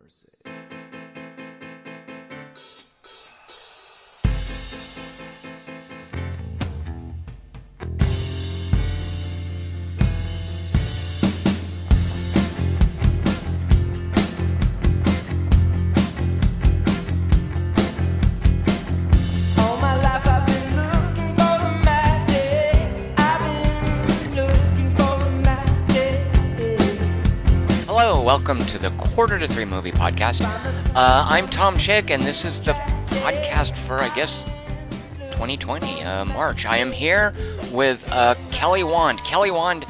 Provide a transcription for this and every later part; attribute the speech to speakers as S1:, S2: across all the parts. S1: mercy.
S2: All my life I've been looking for the magic. I've been looking for the magic.
S3: Hello, welcome to the Quarter to Three Movie Podcast. Uh, I'm Tom Chick, and this is the podcast for, I guess, 2020, uh, March. I am here with uh, Kelly Wand. Kelly Wand,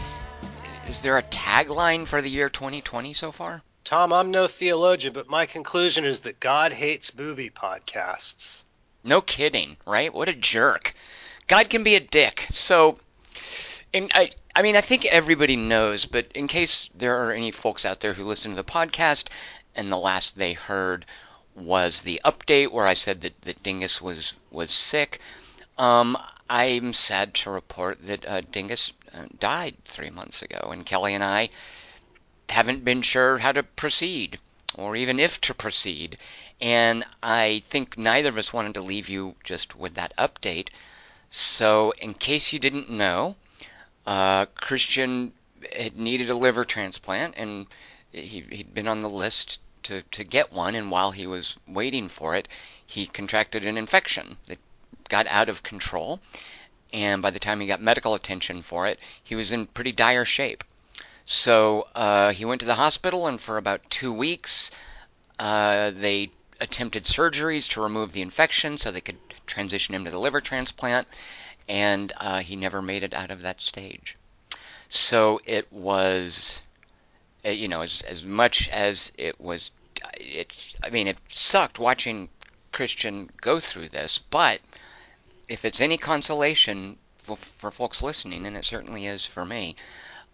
S3: is there a tagline for the year 2020 so far?
S4: Tom, I'm no theologian, but my conclusion is that God hates movie podcasts.
S3: No kidding, right? What a jerk. God can be a dick. So, and I, I mean, I think everybody knows, but in case there are any folks out there who listen to the podcast and the last they heard was the update where I said that, that Dingus was, was sick, um, I'm sad to report that uh, Dingus uh, died three months ago, and Kelly and I haven't been sure how to proceed or even if to proceed. And I think neither of us wanted to leave you just with that update. So, in case you didn't know, uh, Christian had needed a liver transplant and he, he'd been on the list to, to get one. And while he was waiting for it, he contracted an infection that got out of control. And by the time he got medical attention for it, he was in pretty dire shape. So uh, he went to the hospital, and for about two weeks, uh, they attempted surgeries to remove the infection so they could transition him to the liver transplant, and uh, he never made it out of that stage. So it was, uh, you know, as, as much as it was, it's, I mean, it sucked watching Christian go through this, but if it's any consolation for, for folks listening, and it certainly is for me,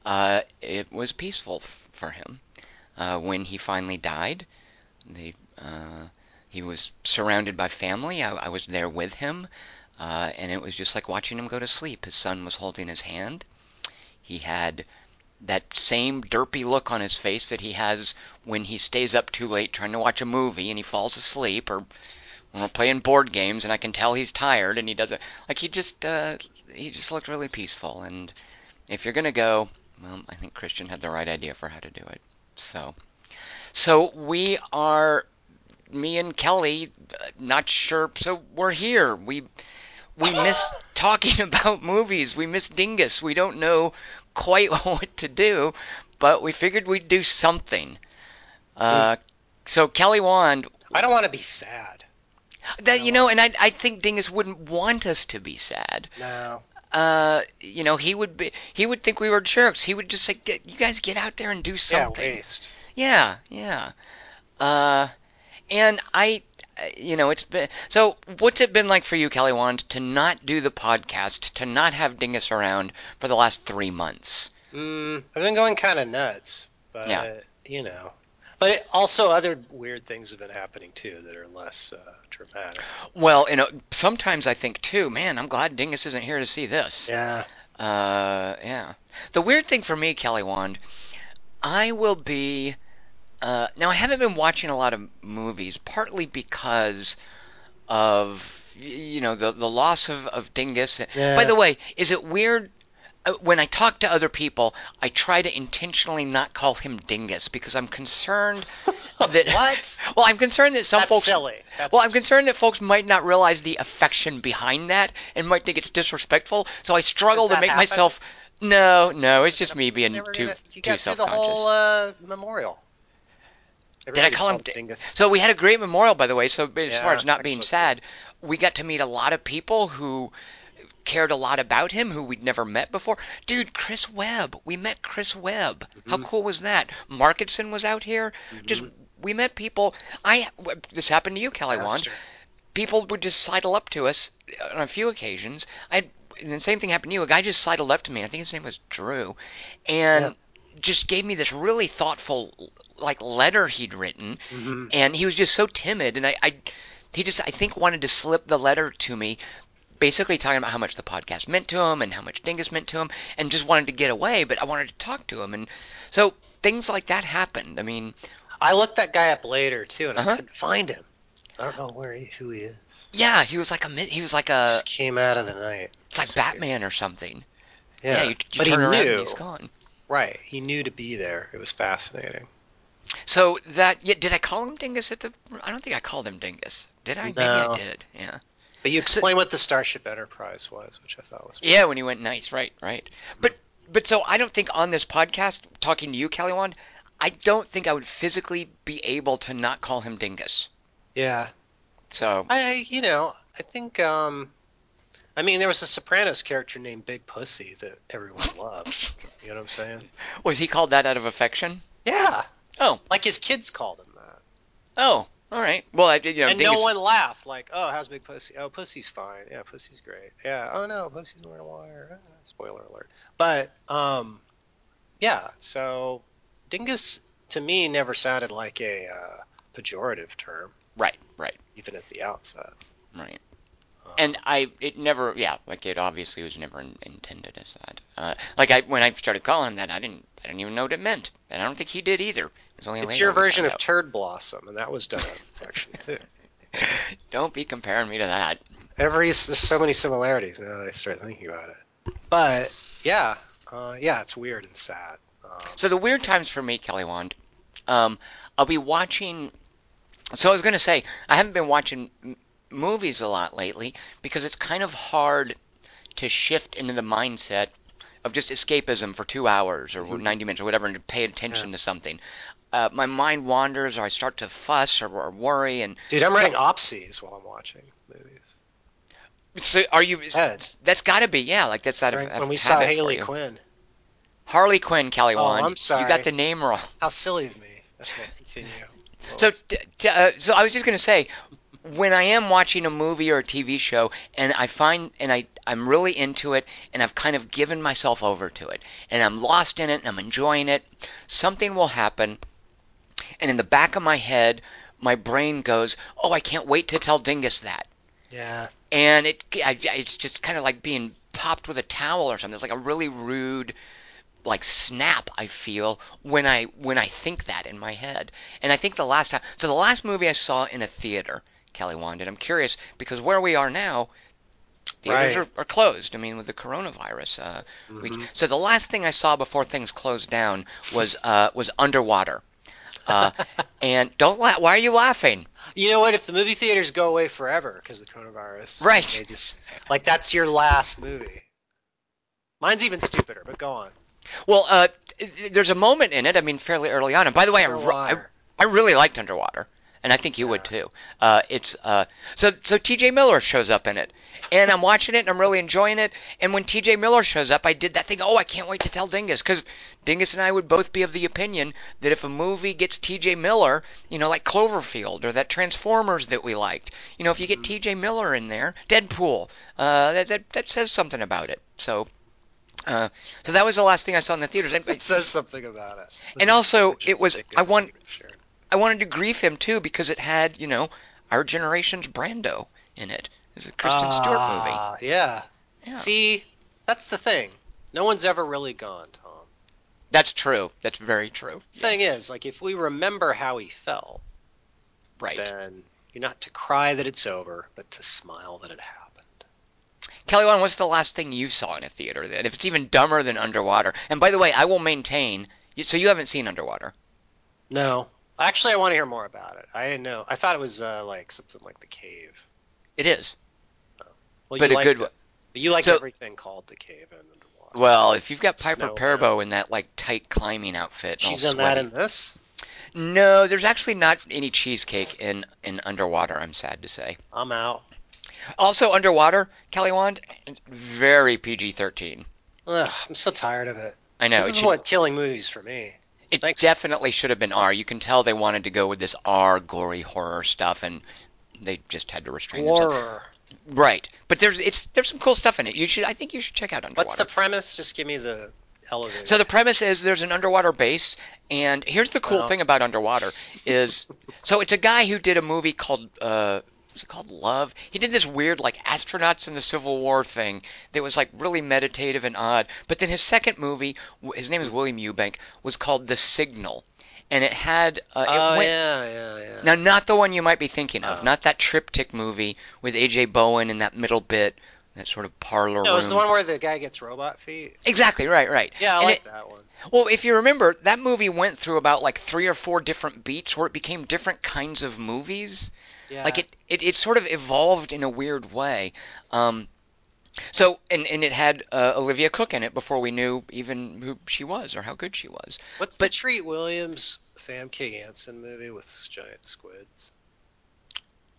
S3: uh, it was peaceful f- for him. Uh, when he finally died, they, uh, he was surrounded by family. I, I was there with him, uh, and it was just like watching him go to sleep. His son was holding his hand. He had that same derpy look on his face that he has when he stays up too late trying to watch a movie and he falls asleep or when we're playing board games and I can tell he's tired and he doesn't like he just uh, he just looked really peaceful and if you're gonna go, well, I think Christian had the right idea for how to do it. So, so we are me and Kelly uh, not sure. So we're here. We we miss talking about movies. We miss Dingus. We don't know quite what to do, but we figured we'd do something. Uh, so Kelly Wand,
S4: I don't want to be sad.
S3: that you know, and I I think Dingus wouldn't want us to be sad
S4: No.
S3: uh, you know, he would be, he would think we were jerks. He would just say, get, "You guys get out there and do something."
S4: Yeah, waste.
S3: Yeah, yeah. Uh, and I, you know, it's been so. What's it been like for you, Kelly Wand, to not do the podcast, to not have Dingus around for the last three months?
S4: Mm, I've been going kind of nuts, but
S3: Yeah.
S4: you know. But it, also, other weird things have been happening too that are less uh, dramatic.
S3: Well, you know, sometimes I think too, man, I'm glad Dingus isn't here to see this.
S4: Yeah.
S3: Uh, yeah. The weird thing for me, Kelly Wand, I will be. Uh, now I haven't been watching a lot of movies, partly because of y- you know the the loss of of Dingus.
S4: Yeah.
S3: By the way, is it weird? uh, When I talk to other people, I try to intentionally not call him Dingus because I'm concerned that
S4: What?
S3: well, I'm concerned that some
S4: That's
S3: folks
S4: silly. That's
S3: well, I'm concerned that folks might not realize the affection behind that and might think it's disrespectful. So I struggle to
S4: Does that
S3: make
S4: happen?
S3: myself. No, no, it's just me being
S4: You were
S3: too
S4: gonna- you
S3: too
S4: got through
S3: self
S4: the whole
S3: conscious.
S4: uh, memorial.
S3: Did I
S4: Everybody
S3: call him
S4: called
S3: Di-
S4: Dingus?
S3: So we had a great memorial, by the way. So as far
S4: Yeah,
S3: as not being sad,
S4: excellent.
S3: we got to meet a lot of people who cared a lot about him, who we'd never met before. Dude, Chris Webb. We met Chris Webb.
S4: Mm-hmm.
S3: How cool was that? Markinson was out here. Just we met people. I this happened to you, Kelly Wand.
S4: Bastard.
S3: people would just sidle up to us on a few occasions. I and the same thing happened to you. A guy just sidled up to me. I think his name was Drew, and just gave me this really thoughtful like letter he'd written, and he was just so timid. And I, I he just I think wanted to slip the letter to me. Basically, talking about how much the podcast meant to him and how much Dingus meant to him, and just wanted to get away, but I wanted to talk to him. And so things like that happened. I mean,
S4: I looked that guy up later too, and
S3: Uh-huh.
S4: I couldn't find him. I don't know where he, who he is.
S3: Yeah, he was like a mid, he was like a
S4: Just came out of the night.
S3: it's like Batman or something.
S4: Yeah,
S3: you, you
S4: but
S3: turn
S4: he
S3: around
S4: knew.
S3: and he's gone.
S4: Right, he knew to be there. It was fascinating.
S3: So that yeah, did I call him Dingus at the? I don't think I called him Dingus. Did I?
S4: No.
S3: Maybe I did. Yeah.
S4: But you explained what the Starship Enterprise was, which I thought was
S3: Yeah, when he went nice, right, right. But but so I don't think on this podcast talking to you, Kellywan, I don't think I would physically be able to not call him Dingus.
S4: yeah.
S3: So
S4: I you know I think um, I mean there was a Sopranos character named Big Pussy that everyone loved. you know what I'm saying?
S3: was he called that out of affection?
S4: Yeah.
S3: Oh.
S4: Like his kids called him that.
S3: Oh, all right. Well, I did. You know,
S4: and
S3: Dingus,
S4: no one laughed. Like, oh, how's Big Pussy? Oh, Pussy's fine. Yeah, Pussy's great. Yeah. Oh no, Pussy's wearing a wire. Ah, Spoiler alert. But um, yeah. So Dingus to me never sounded like a uh, pejorative term,
S3: Right, right,
S4: even at the outset. Um,
S3: right. And I, it never, yeah, like it obviously was never in, intended as that. Uh, like I, when I started calling him that, I didn't, I didn't even know what it meant, and I don't think he did either. It was only
S4: It's
S3: later
S4: your
S3: we found
S4: version of
S3: out.
S4: Turd Blossom, and that was done actually too.
S3: Don't be comparing me to that.
S4: Every there's so many similarities now that I start thinking about it. But yeah, uh, yeah, it's weird and sad. Um,
S3: So the weird times for me, Kelly Wand, um, I'll be watching. So I was gonna say I haven't been watching m- movies a lot lately because it's kind of hard to shift into the mindset of just escapism for two hours or
S4: Mm-hmm.
S3: 90 minutes or whatever and to pay attention to something. Uh, my mind wanders or I start to fuss or, or worry and
S4: dude, I'm writing opsies while I'm watching movies.
S3: so are you
S4: Ted.
S3: that's got to be yeah like that's out of, out
S4: Right,
S3: of
S4: when we saw
S3: habit for
S4: Haley
S3: you.
S4: Quinn.
S3: Harley Quinn Kelly
S4: Oh,
S3: Wand
S4: I'm
S3: you
S4: sorry.
S3: got the name wrong
S4: How silly of me. Okay, continue.
S3: So, t- t- uh, so I was just gonna say, when I am watching a movie or a TV show, and I find and I I'm really into it, and I've kind of given myself over to it, and I'm lost in it, and I'm enjoying it, something will happen, and in the back of my head, my brain goes, "Oh, I can't wait to tell Dingus that,"
S4: yeah,
S3: and it I, it's just kind of like being popped with a towel or something. It's like a really rude like snap I feel when I when I think that in my head. And I think the last time so the last movie I saw in a theater, Kelly Wand, and I'm curious because where we are now, theaters
S4: Right. Mm-hmm.
S3: are, are closed. I mean with the coronavirus. Uh, we, so the last thing I saw before things closed down was uh, was underwater. Uh, and don't laugh. Why are you laughing?
S4: you know what? If the movie theaters go away forever because of the coronavirus,
S3: Right.
S4: They just like that's your last movie. Mine's even stupider, but go on.
S3: Well, uh, there's a moment in it. I mean, fairly early on. And by the way, I, re- I,
S4: Underwater.
S3: I really liked Underwater, and I think you would too. Uh, it's uh, so so T.J. Miller shows up in it, and I'm watching it and I'm really enjoying it. And when T.J. Miller shows up, I did that thing. Oh, I can't wait to tell Dingus because Dingus and I would both be of the opinion that if a movie gets T.J. Miller, you know, like Cloverfield or that Transformers that we liked, you know, if you get T.J. Miller in there, Deadpool, uh, that, that that says something about it. So. Uh, so that was the last thing I saw in the theaters. And,
S4: It says something about it.
S3: and also, it was I want
S4: Sure.
S3: I wanted to grief him too because it had you know our generation's Brando in it. It's a Kristen Stewart movie.
S4: Ah, Yeah.
S3: Yeah.
S4: See, that's the thing. No one's ever really gone, Tom.
S3: That's true. That's very true.
S4: The Thing is, like, if we remember how he fell,
S3: Right.
S4: then you're not to cry that it's over, but to smile that it happened.
S3: Kelly Wan, what's the last thing you saw in a theater then? If it's even dumber than Underwater. And by the way, I will maintain. you- So you haven't seen Underwater.
S4: No, actually, I want to hear more about it. I didn't know. I thought it was uh, like something like the cave.
S3: It is,
S4: Well,
S3: but
S4: you
S3: a
S4: like
S3: good.
S4: it. But you like
S3: So-
S4: everything called the cave and underwater.
S3: Well, if you've got Piper
S4: Snow
S3: Perabo in that like tight climbing outfit, and all
S4: She's in that
S3: sweaty-
S4: in this.
S3: No, there's actually not any cheesecake in in Underwater. I'm sad to say.
S4: I'm out.
S3: Also, underwater, Kelly Wand, very PG 13.
S4: Ugh, I'm so tired of it.
S3: I know.
S4: this
S3: it
S4: is
S3: should-
S4: what killing movies for me.
S3: it
S4: thanks.
S3: definitely should have been R. You can tell they wanted to go with this R gory horror stuff, and they just had to restrain themselves.
S4: Horror.
S3: Right, but there's it's there's some cool stuff in it. You should I think you should check out underwater.
S4: What's the premise? Just give me the elevator.
S3: So the premise is there's an underwater base, and here's the cool
S4: Wow.
S3: thing about underwater is, so it's a guy who did a movie called uh, was it called Love? He did this weird like astronauts in the Civil War thing that was like really meditative and odd. But then his second movie, w- his name is William Eubank, was called The Signal, and it had uh, it
S4: oh
S3: went,
S4: yeah, yeah, yeah.
S3: now not the one you might be thinking of,
S4: Oh.
S3: not that triptych movie with AJ Bowen in that middle bit, that sort of parlor
S4: no,
S3: room.
S4: it's the one where the guy gets robot feet.
S3: Exactly right, right.
S4: Yeah, I
S3: And
S4: like
S3: it-
S4: that one.
S3: Well, if you remember, that movie went through about like three or four different beats where it became different kinds of movies.
S4: Yeah.
S3: Like it, it, it sort of evolved in a weird way. Um, so and and it had uh, Olivia Cook in it before we knew even who she was or how good she was.
S4: What's
S3: but-
S4: the Treat Williams Famke Janssen movie with s- giant squids?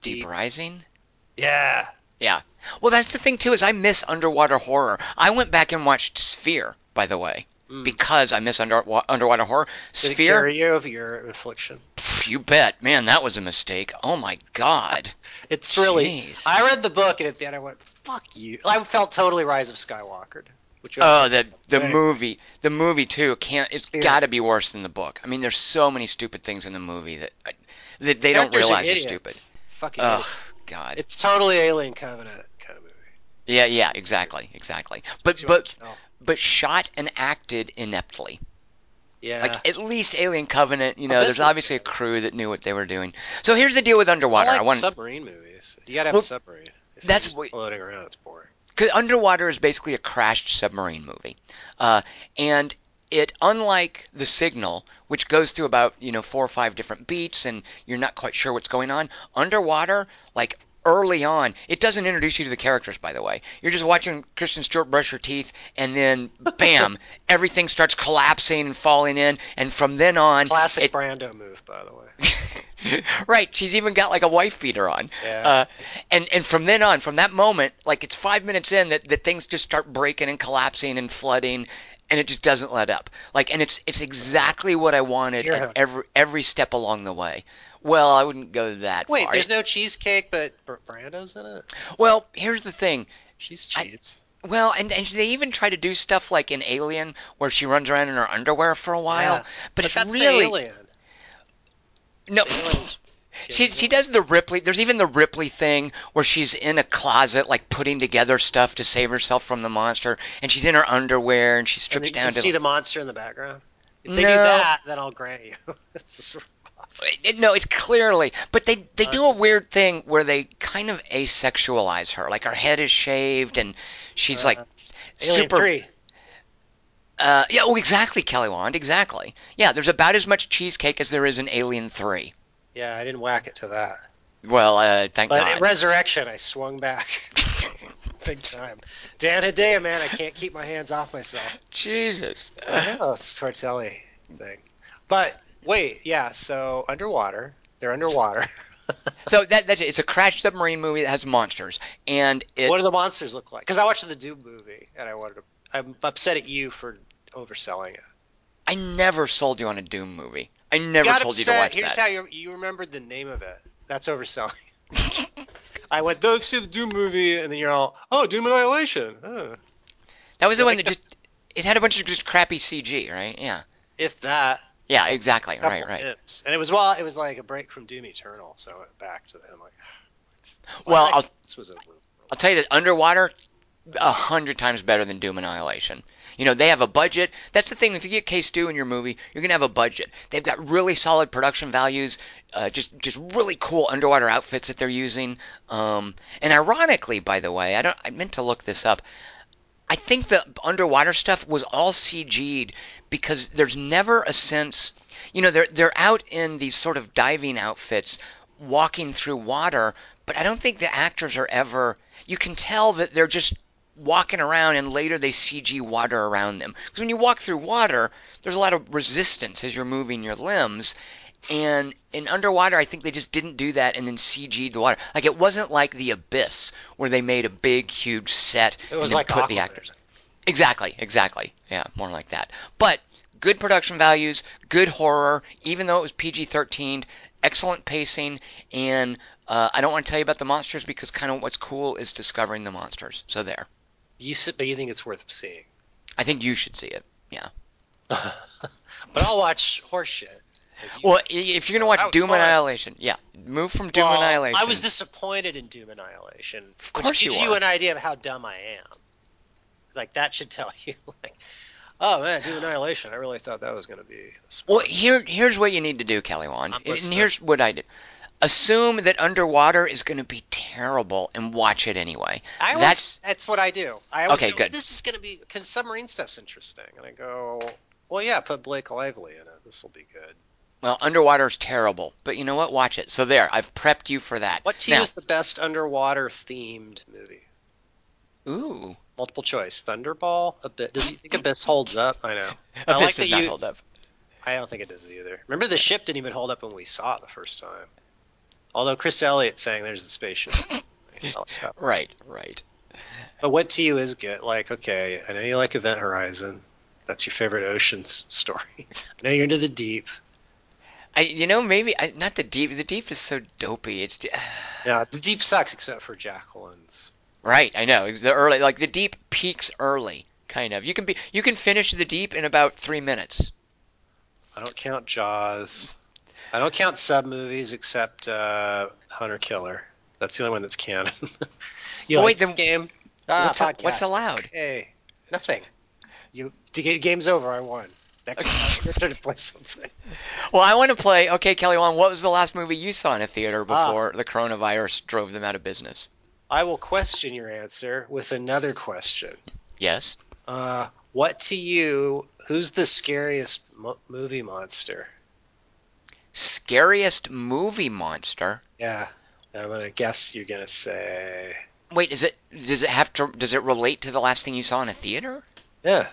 S3: Deep,
S4: Deep.
S3: Rising.
S4: Yeah.
S3: Yeah. Well, that's the thing too is I miss underwater horror. I went back and watched Sphere, by the way,
S4: Mm.
S3: because I miss under, wa- underwater horror.
S4: Did it
S3: Sphere.
S4: carry you of your affliction?
S3: Pff, you bet, man, that was a mistake. Oh my god.
S4: It's really.
S3: Jeez.
S4: I read the book and at the end I went, "Fuck you!" I felt totally Rise of Skywalker. Which was,
S3: Oh, the the
S4: Right.
S3: movie, the movie too. Can't it's
S4: Sphere.
S3: got to be worse than the book. I mean, there's so many stupid things in the movie that I- that they don't
S4: Characters
S3: realize are
S4: idiots.
S3: stupid.
S4: Fucking.
S3: Oh
S4: idiots.
S3: God.
S4: It's totally Alien Covenant kind of movie.
S3: yeah, yeah, exactly, exactly. But
S4: You wanna
S3: but
S4: kill.
S3: but shot and acted ineptly.
S4: yeah.
S3: Like at least Alien Covenant, you know,
S4: this
S3: there's
S4: is
S3: obviously
S4: good.
S3: a crew that knew what they were doing. So here's the deal with underwater.
S4: I like
S3: I want
S4: submarine movies. You gotta have
S3: Well,
S4: a submarine. If
S3: that's
S4: you're
S3: what-
S4: just floating around. It's boring.
S3: Because Underwater is basically a crashed submarine movie, uh, and it, unlike The Signal, which goes through about you know four or five different beats, and you're not quite sure what's going on. Underwater, like early on, it doesn't introduce you to the characters. By the way, you're just watching Kristen Stewart brush her teeth, and then bam, everything starts collapsing and falling in, and from then on,
S4: Classic
S3: it-
S4: Brando move, by the way.
S3: right. She's even got like a wife beater on.
S4: Yeah.
S3: Uh, and and from then on, from that moment, like it's five minutes in that, that things just start breaking and collapsing and flooding, and it just doesn't let up. Like, and it's it's exactly what I wanted
S4: Dear
S3: at
S4: heaven.
S3: every every step along the way. Well, I wouldn't go that
S4: Wait,
S3: far.
S4: there's no cheesecake, but Br- Brando's in it.
S3: well, here's the thing.
S4: She's cheese.
S3: Well, and, and they even try to do stuff like in Alien where she runs around in her underwear for a while,
S4: Yeah.
S3: but,
S4: but
S3: it's
S4: that's
S3: really
S4: the alien.
S3: no.
S4: The alien's
S3: She she does the Ripley. There's even the Ripley thing where she's in a closet, like putting together stuff to save herself from the monster, and she's in her underwear and she
S4: And
S3: strips
S4: you
S3: down
S4: can
S3: to.
S4: see the monster in the background. If they
S3: No.
S4: do that, then I'll grant you. It's just-
S3: It- no, it's clearly, but they they do a
S4: Okay.
S3: weird thing where they kind of asexualize her. Like her head is shaved and she's like
S4: Uh, Alien
S3: super.
S4: Three.
S3: Uh, yeah, oh, exactly, Kelly Wand, exactly. Yeah, there's about as much cheesecake as there is in Alien Three.
S4: Yeah, I didn't whack it to that.
S3: Well, uh, thank
S4: But
S3: God.
S4: in Resurrection, I swung back big time. Dan Hedaya, man, I can't keep my hands off myself.
S3: Jesus.
S4: I know it's a Tortelli thing. But wait, yeah. So underwater, they're underwater.
S3: So that that's it. it's a crash submarine movie that has monsters, and it,
S4: what do the monsters look like? Because I watched the Doom movie, and I wanted to. I'm upset at you for overselling it.
S3: I never sold you on a Doom movie. I never
S4: got
S3: told
S4: upset.
S3: you to watch
S4: Here's
S3: that.
S4: how you, you remembered the name of it. That's overselling. I went, "Let's see the Doom movie," and then you're all, "Oh, Doom Annihilation." huh."
S3: that was the one
S4: like
S3: that just it had a bunch of just crappy CG, right? Yeah.
S4: If that,
S3: Yeah, exactly. Right,
S4: couple
S3: right.
S4: nips. And it was well, it was like a break from Doom Eternal, so I went back to that. I'm like,
S3: Well,
S4: I-
S3: I'll
S4: this was a
S3: I'll tell you that underwater a hundred times better than Doom Annihilation. You know, they have a budget. That's the thing. If you get Case Stew in your movie, you're gonna have a budget. They've got really solid production values, uh, just just really cool underwater outfits that they're using. Um, and ironically, by the way, I don't. I meant to look this up. I think the underwater stuff was all CG'd because there's never a sense, you know, they're they're out in these sort of diving outfits, walking through water, but I don't think the actors are ever. You can tell that they're just walking around, and later they CG water around them. Because when you walk through water, there's a lot of resistance as you're moving your limbs. And in underwater, I think they just didn't do that and then CG'd the water. Like it wasn't like the abyss where they made a big, huge set
S4: It was
S3: and then
S4: like
S3: put the
S4: Aquaman.
S3: actors. Exactly, exactly. Yeah, more like that. But good production values, good horror, even though it was PG 13, excellent pacing, and uh, I don't want to tell you about the monsters because kind of what's cool is discovering the monsters. So there.
S4: You sit, but you think it's worth seeing.
S3: I think you should see it. Yeah.
S4: But I'll watch horseshit. as you-
S3: Well, i- if you're going to watch
S4: That was
S3: Doom
S4: fun.
S3: Annihilation, yeah, move from Doom
S4: Well,
S3: Annihilation.
S4: I was disappointed in Doom Annihilation,
S3: Of course
S4: which
S3: you
S4: gives
S3: are.
S4: an idea of how dumb I am. Like that should tell you. Like, Oh man, do Annihilation. I really thought that was going to be. a sp-
S3: Well, here here's what you need to do, Caliwan,
S4: I'm
S3: and
S4: listening.
S3: here's what I did. Assume that underwater is going to be terrible and watch it anyway.
S4: I
S3: That's
S4: always, that's that's what I do. I always
S3: Okay,
S4: go,
S3: good.
S4: This is going to be because submarine stuff's interesting, and I go, well, yeah, put Blake Lively in it. This will be good.
S3: well, underwater is terrible, but you know what? Watch it. So there, I've prepped you for that.
S4: What to
S3: now,
S4: you is the best underwater themed movie?
S3: Ooh,
S4: Multiple choice: Thunderball, Abyss. Does you think Abyss holds up? I know. I
S3: a
S4: like
S3: fist
S4: that
S3: does not
S4: you-
S3: hold up.
S4: I don't think it does either. Remember, the ship didn't even hold up when we saw it the first time. Although Chris Elliott saying there's the spaceship.
S3: Right, right.
S4: But what to you is good? Like, okay, I know you like Event Horizon. That's your favorite oceans story. I know you're into the deep.
S3: I, you know, maybe I, not the deep. The deep is so dopey. It's j-
S4: Yeah, the deep sucks except for Jacqueline's.
S3: right. I know. The early, like the deep peaks early, kind of. You can be, you can finish the deep in about three minutes.
S4: I don't count Jaws. I don't count sub movies except uh, Hunter Killer. That's the only one that's canon. you
S3: Oh,
S4: like
S3: wait,
S4: this
S3: then uh,
S4: game? Ah,
S3: what's, a- what's
S4: podcast.
S3: allowed?
S4: Hey, nothing. You the ga- game's over. I won. Next time, you're trying to play something.
S3: Well, I want to play. Okay, Kelly Wan, what was the last movie you saw in a theater before the coronavirus drove them out of business?
S4: I will question your answer with another question.
S3: Yes.
S4: Uh, what to you? Who's the scariest mo- movie monster?
S3: Scariest movie monster.
S4: Yeah, I'm gonna guess you're gonna say
S3: Wait, is it? Does it have to? Does it relate to the last thing you saw in a theater?
S4: yeah.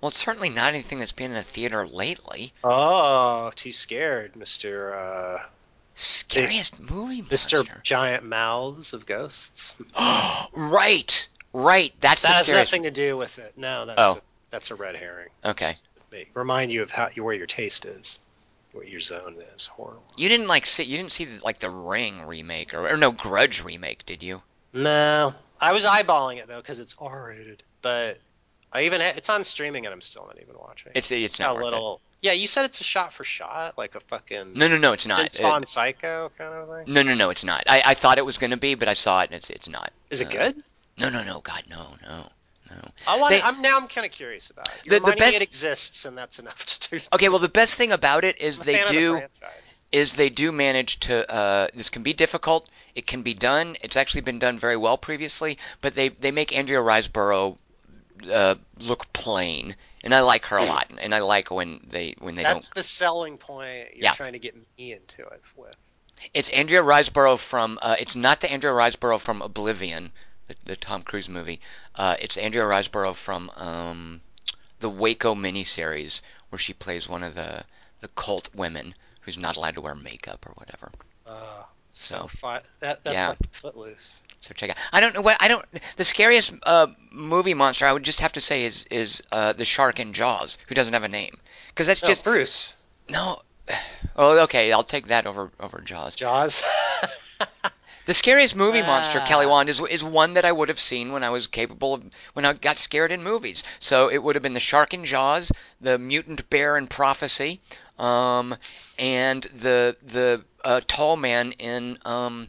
S3: Well, it's certainly not anything that's been in a theater lately.
S4: Oh, too scared, Mister uh,
S3: Scariest movie monster.
S4: Mister Giant Mouths of Ghosts.
S3: right, right. That's
S4: That
S3: the
S4: has
S3: scariest.
S4: nothing to do with it. No, that's
S3: Oh.
S4: a, that's a red herring.
S3: Okay.
S4: May Remind you of how where your taste is, what your zone is. Horror.
S3: You didn't like see. You didn't see like the Ring remake or, or no Grudge remake, did you?
S4: No, I was eyeballing it though because it's R-rated. But I even ha- it's on streaming and I'm still not even watching.
S3: It's it's
S4: a
S3: not worth
S4: little. Yeah, you said it's a shot for shot, like a fucking
S3: it. No, no, no. It's not.
S4: Vince
S3: It-
S4: Vaughn Psycho kind of thing.
S3: no, no, no. It's not. I, I thought it was gonna be, but I saw it and it's it's not.
S4: Is it
S3: Uh,
S4: good?
S3: No, no, no. God, no, no, no.
S4: I want.
S3: they-
S4: to I'm now. I'm kind of curious about it. You're
S3: The- the
S4: reminding me
S3: best-
S4: it exists, and that's enough to do.
S3: Okay. Well, the best thing about it is
S4: I'm a
S3: they
S4: fan of the
S3: do.
S4: franchise.
S3: is they do manage to. Uh, this can be difficult. It can be done. It's actually been done very well previously, but they they make Andrea Riseborough uh, look plain, and I like her a lot, and I like when they when they
S4: That's the selling point you're
S3: Yeah.
S4: trying to get me into it with.
S3: don't. It's Andrea Riseborough from. Uh, it's not the Andrea Riseborough from Oblivion, the, the Tom Cruise movie. Uh, it's Andrea Riseborough from um, the Waco miniseries, where she plays one of the the cult women who's not allowed to wear makeup or whatever.
S4: Uh,
S3: So.
S4: so fi- that that's
S3: Yeah.
S4: like Footloose.
S3: So check out. I don't know what I don't. The scariest uh, movie monster I would just have to say is is uh, the shark in Jaws, who doesn't have a name, because that's
S4: No,
S3: just
S4: Bruce
S3: no. Oh, okay. I'll take that over over Jaws.
S4: Jaws.
S3: The scariest movie monster,
S4: Ah.
S3: Kelly Wand, is is one that I would have seen when I was capable of when I got scared in movies. So it would have been the shark in Jaws, the mutant bear in Prophecy, um, and the the uh, tall man in um,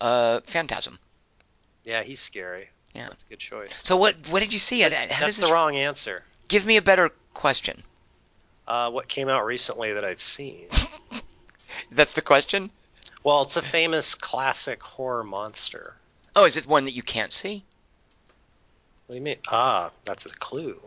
S3: uh, Phantasm.
S4: yeah, he's scary.
S3: Yeah.
S4: that's a good choice.
S3: So what what did you see? How does
S4: that's
S3: this
S4: the wrong answer.
S3: Give me a better question.
S4: Uh, what came out recently that I've seen?
S3: That's the question?
S4: Well, it's a famous classic horror monster.
S3: Oh, is it one that you can't see?
S4: What do you mean? Ah, that's a clue.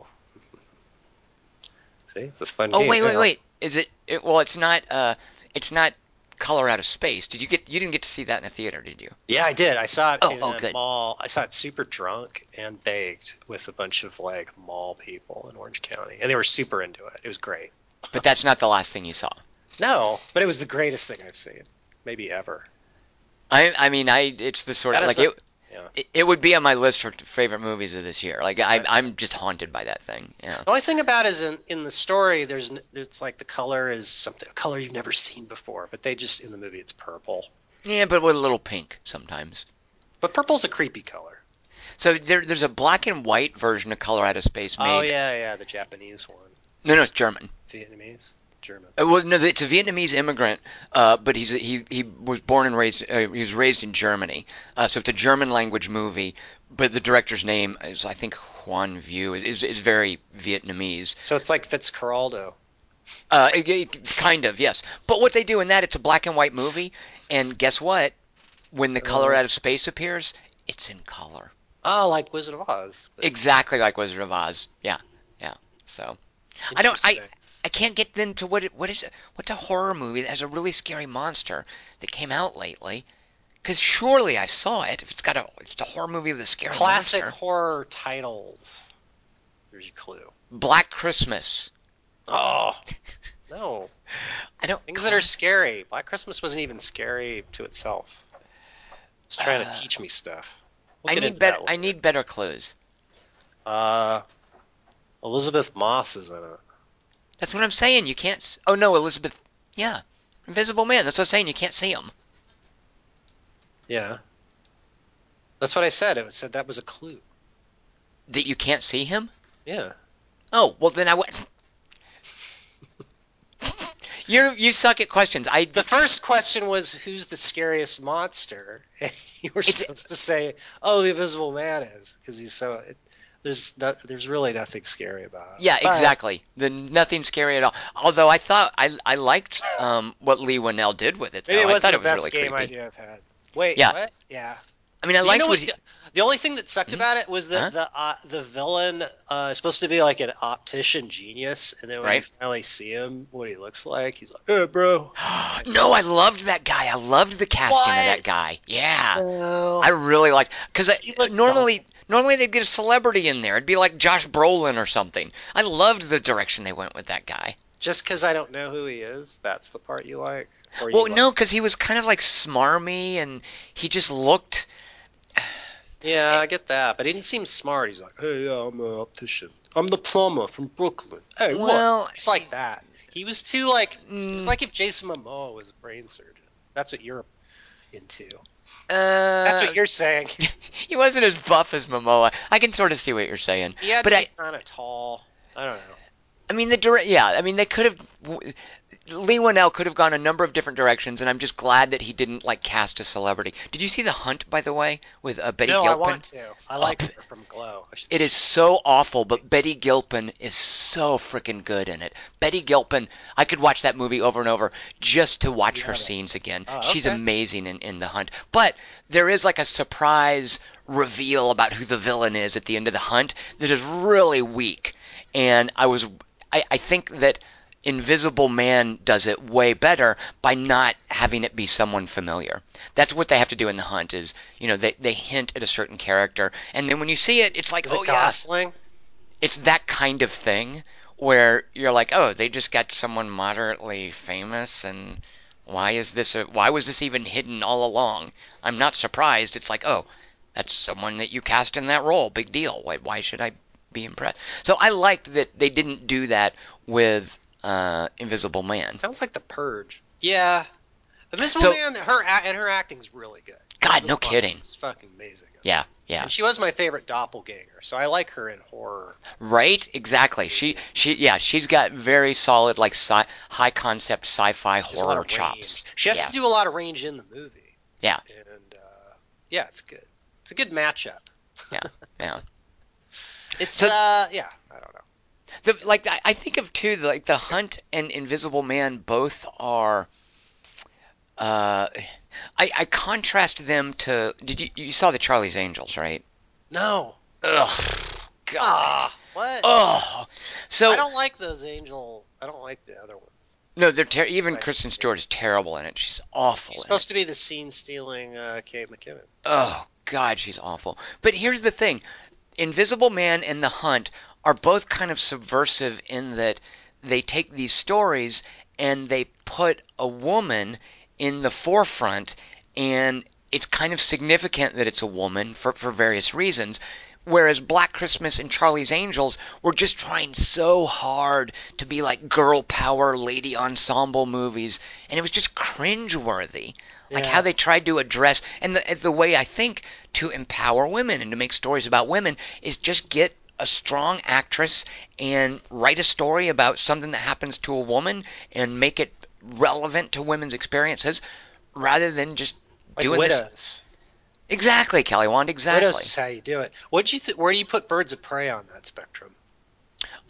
S4: See, it's a fun
S3: Oh,
S4: game.
S3: wait, wait, wait. Is it, it well, it's not uh it's not Color Out of Space. Did you get you didn't get to see that in a theater, did you?
S4: Yeah, I did. I saw it
S3: Oh,
S4: in
S3: oh,
S4: a
S3: good.
S4: mall. I saw it super drunk and baked with a bunch of like mall people in Orange County, and they were super into it. It was great.
S3: But that's not the last thing you saw.
S4: No, but it was the greatest thing I've seen, maybe ever.
S3: I I mean, I it's the sort of
S4: That is
S3: like
S4: not-
S3: it,
S4: yeah.
S3: it it would be on my list for t- favorite movies of this year. Like I I'm just haunted by that thing. Yeah.
S4: The only thing about is in, in the story, there's n- it's like the color is something a color you've never seen before, but they just in the movie it's purple.
S3: Yeah, but with a little pink sometimes.
S4: But purple's a creepy color.
S3: So there there's a black and white version of Color Out of Space made.
S4: Oh yeah, yeah, the Japanese one,
S3: No, no, it's German.
S4: Vietnamese, German.
S3: Uh, Well, no, it's a Vietnamese immigrant, uh, but he's he he was born and raised uh, he was raised in Germany, uh, so it's a German language movie. But the director's name is I think Quan Vu is is very Vietnamese.
S4: So it's like Fitzcarraldo.
S3: Uh, it- it- kind of, yes. But what they do in that, it's a black and white movie, and guess what? When the color out of space appears, it's in color,
S4: Oh, like Wizard of Oz.
S3: exactly like Wizard of Oz. Yeah, yeah. So I don't, I,
S4: Interesting.
S3: I can't get into what it, what is it? What's a horror movie that has a really scary monster that came out lately? Because surely I saw it. If it's got a, it's a horror movie with a scary
S4: Classic
S3: monster.
S4: horror titles. There's your clue.
S3: Black Christmas.
S4: Oh no,
S3: I don't.
S4: things that are scary. Black Christmas wasn't even scary to itself. It's trying
S3: Uh,
S4: to teach me stuff. We'll
S3: I
S4: get
S3: need
S4: into
S3: better.
S4: that
S3: I
S4: later.
S3: need better clues.
S4: Uh, Elizabeth Moss is in it.
S3: That's what I'm saying. You can't. s- Oh no, Elizabeth. Yeah, Invisible Man. That's what I'm saying. You can't see him.
S4: Yeah. That's what I said. It was, said that was a clue.
S3: That you can't see him.
S4: Yeah.
S3: Oh well, then I would. you you suck at questions. I
S4: The first question was who's the scariest monster, and you were
S3: It's-
S4: supposed to say, "Oh, the Invisible Man is," because he's so. It, there's no, there's really nothing scary about it.
S3: Yeah,
S4: But-
S3: exactly. The nothing scary at all. Although I thought I I liked um what Lee Winnell did with it. Though.
S4: Maybe it
S3: I thought
S4: wasn't
S3: it was
S4: the best
S3: really
S4: game
S3: creepy.
S4: idea I've had. Wait,
S3: Yeah.
S4: what? Yeah.
S3: I mean, I
S4: You
S3: liked
S4: know
S3: what.
S4: what-
S3: he- Hmm?
S4: The only thing that sucked about it was that
S3: Huh?
S4: the uh, the villain uh, is supposed to be like an optician genius, and then when
S3: Right.
S4: you finally see him, what he looks like, he's like, "Hey, bro."
S3: no, I loved that guy. I loved the casting of that
S4: What?
S3: guy. Yeah.
S4: No.
S3: I really liked because
S4: looked
S3: normally normally they'd get a celebrity in there. It'd be like Josh Brolin or something. I loved the direction they went with that guy.
S4: Just because I don't know who he is, that's the part you like. Or
S3: Well,
S4: you
S3: no, because he was kind of like smarmy and he just looked.
S4: Yeah, I get that, but he didn't seem smart. He's like, "Hey, yeah, I'm an optician. I'm the plumber from Brooklyn." Hey, what?
S3: Well,
S4: It's like that. He was too like. It
S3: Mm.
S4: was like if Jason Momoa was a brain surgeon. That's what you're into.
S3: uh,
S4: That's what you're saying.
S3: he wasn't as buff as Momoa. I can sort of see what you're saying.
S4: He had
S3: but
S4: to
S3: I,
S4: be kind of tall. I don't know.
S3: I mean, the direct. Yeah, I mean, they could have. w- Lee Winnell could have gone a number of different directions, and I'm just glad that he didn't like cast a celebrity. Did you see The Hunt, by the way, with uh, Betty
S4: no,
S3: Gilpin?
S4: I want to. I like
S3: Up.
S4: her from Glow. I should-
S3: It is so awful, but Betty Gilpin is so freaking good in it. Betty Gilpin, I could watch that movie over and over just to watch her
S4: Yeah.
S3: scenes again.
S4: Oh,
S3: She's
S4: okay.
S3: amazing in, in The Hunt. But there is like a surprise reveal about who the villain is at the end of The Hunt that is really weak. And I was, I, I think that Invisible Man does it way better by not having it be someone familiar. That's what they have to do in The Hunt is, you know, they, they hint at a certain character. And then when you see it, it's like,
S4: Is
S3: oh,
S4: it
S3: yeah
S4: Gosling?
S3: it's that kind of thing where you're like, oh, they just got someone moderately famous, and why is this? A, why was this even hidden all along? I'm not surprised. It's like, oh, that's someone that you cast in that role. Big deal. Why, why should I be impressed? So I liked that they didn't do that with uh, Invisible Man.
S4: Sounds like The Purge. Yeah. Invisible
S3: So-
S4: Man, her a- and her acting's really good.
S3: God, no
S4: Elizabeth Moss
S3: kidding.
S4: is fucking amazing.
S3: Yeah, yeah.
S4: And she was my favorite doppelganger, so I like her in horror.
S3: Right? Exactly. She, she, yeah. She's got very solid, like, sci- high concept sci-fi
S4: She has a lot
S3: horror
S4: of
S3: chops.
S4: range. She has
S3: Yeah.
S4: to do a lot of range in the movie.
S3: Yeah.
S4: And uh, yeah, it's good. It's a good matchup.
S3: Yeah.
S4: It's
S3: So-
S4: uh, yeah, I don't know.
S3: The, like I, I think of too, like the Hunt and Invisible Man both are. Uh, I I contrast them to. Did you you saw the Charlie's Angels right?
S4: No.
S3: Ugh, God.
S4: What?
S3: Oh, so
S4: I don't like those angel. I don't like the other ones.
S3: no, they're ter- even
S4: Right.
S3: Kristen Stewart is terrible in it. She's awful.
S4: He's
S3: in it.
S4: supposed to be the scene stealing uh, Kate McKinnon.
S3: Oh God, she's awful. But here's the thing: Invisible Man and The Hunt are both kind of subversive in that they take these stories and they put a woman in the forefront, and it's kind of significant that it's a woman for for various reasons. Whereas Black Christmas and Charlie's Angels were just trying so hard to be like girl power, lady ensemble movies, and it was just cringeworthy like
S4: Yeah.
S3: how they tried to address and the, the way i think to empower women and to make stories about women is just get a strong actress and write a story about something that happens to a woman and make it relevant to women's experiences rather than just
S4: Like
S3: doing this
S4: widows.
S3: Exactly, Caliwand. Exactly.
S4: What else is how you do it? What do you th- where do you put Birds of Prey on that spectrum?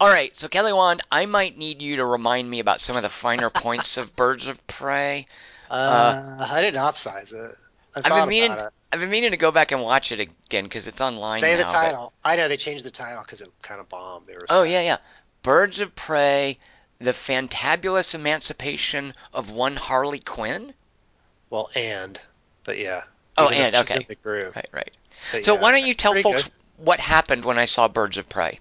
S3: All right, so Caliwand, I might need you to remind me about some of the finer points of Birds of Prey.
S4: Uh, I didn't upsize it. I
S3: been
S4: thought
S3: meaning-
S4: about
S3: I've been meaning to go back and watch it again because it's online
S4: it. Say
S3: now.
S4: the
S3: but-
S4: title. I know they changed the title because it kind of bombed. They were
S3: Oh
S4: sad.
S3: yeah, yeah. Birds of Prey: The Fantabulous Emancipation of One Harley Quinn.
S4: Well, and but yeah.
S3: Oh,
S4: Even though
S3: and,
S4: she's
S3: okay.
S4: in the groove.
S3: Right, right.
S4: But
S3: So
S4: yeah,
S3: why don't you tell
S4: pretty
S3: folks
S4: good.
S3: what happened when I saw Birds of Prey?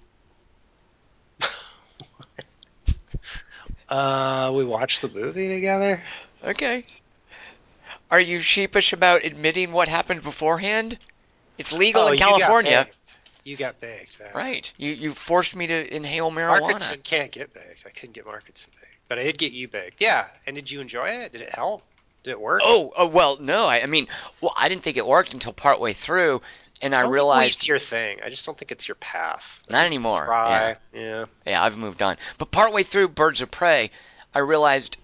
S4: Uh, we watched the movie together.
S3: Okay. Are you sheepish about admitting what happened beforehand? It's legal
S4: Oh,
S3: in
S4: you got
S3: California.
S4: baked. You got baked. yeah.
S3: Right. You you forced me to inhale marijuana.
S4: Markinson can't get baked. I couldn't get Markinson baked, but I did get you baked. Yeah. And did you enjoy it? Did it help? Did it work?
S3: Oh, oh well, no. I, I mean, well, I didn't think it worked until partway through, and I
S4: don't think
S3: realized
S4: weed's your thing. I just don't think it's your path.
S3: not anymore. Yeah,
S4: Try. Yeah.
S3: yeah, I've moved on. But partway through Birds of Prey, I realized,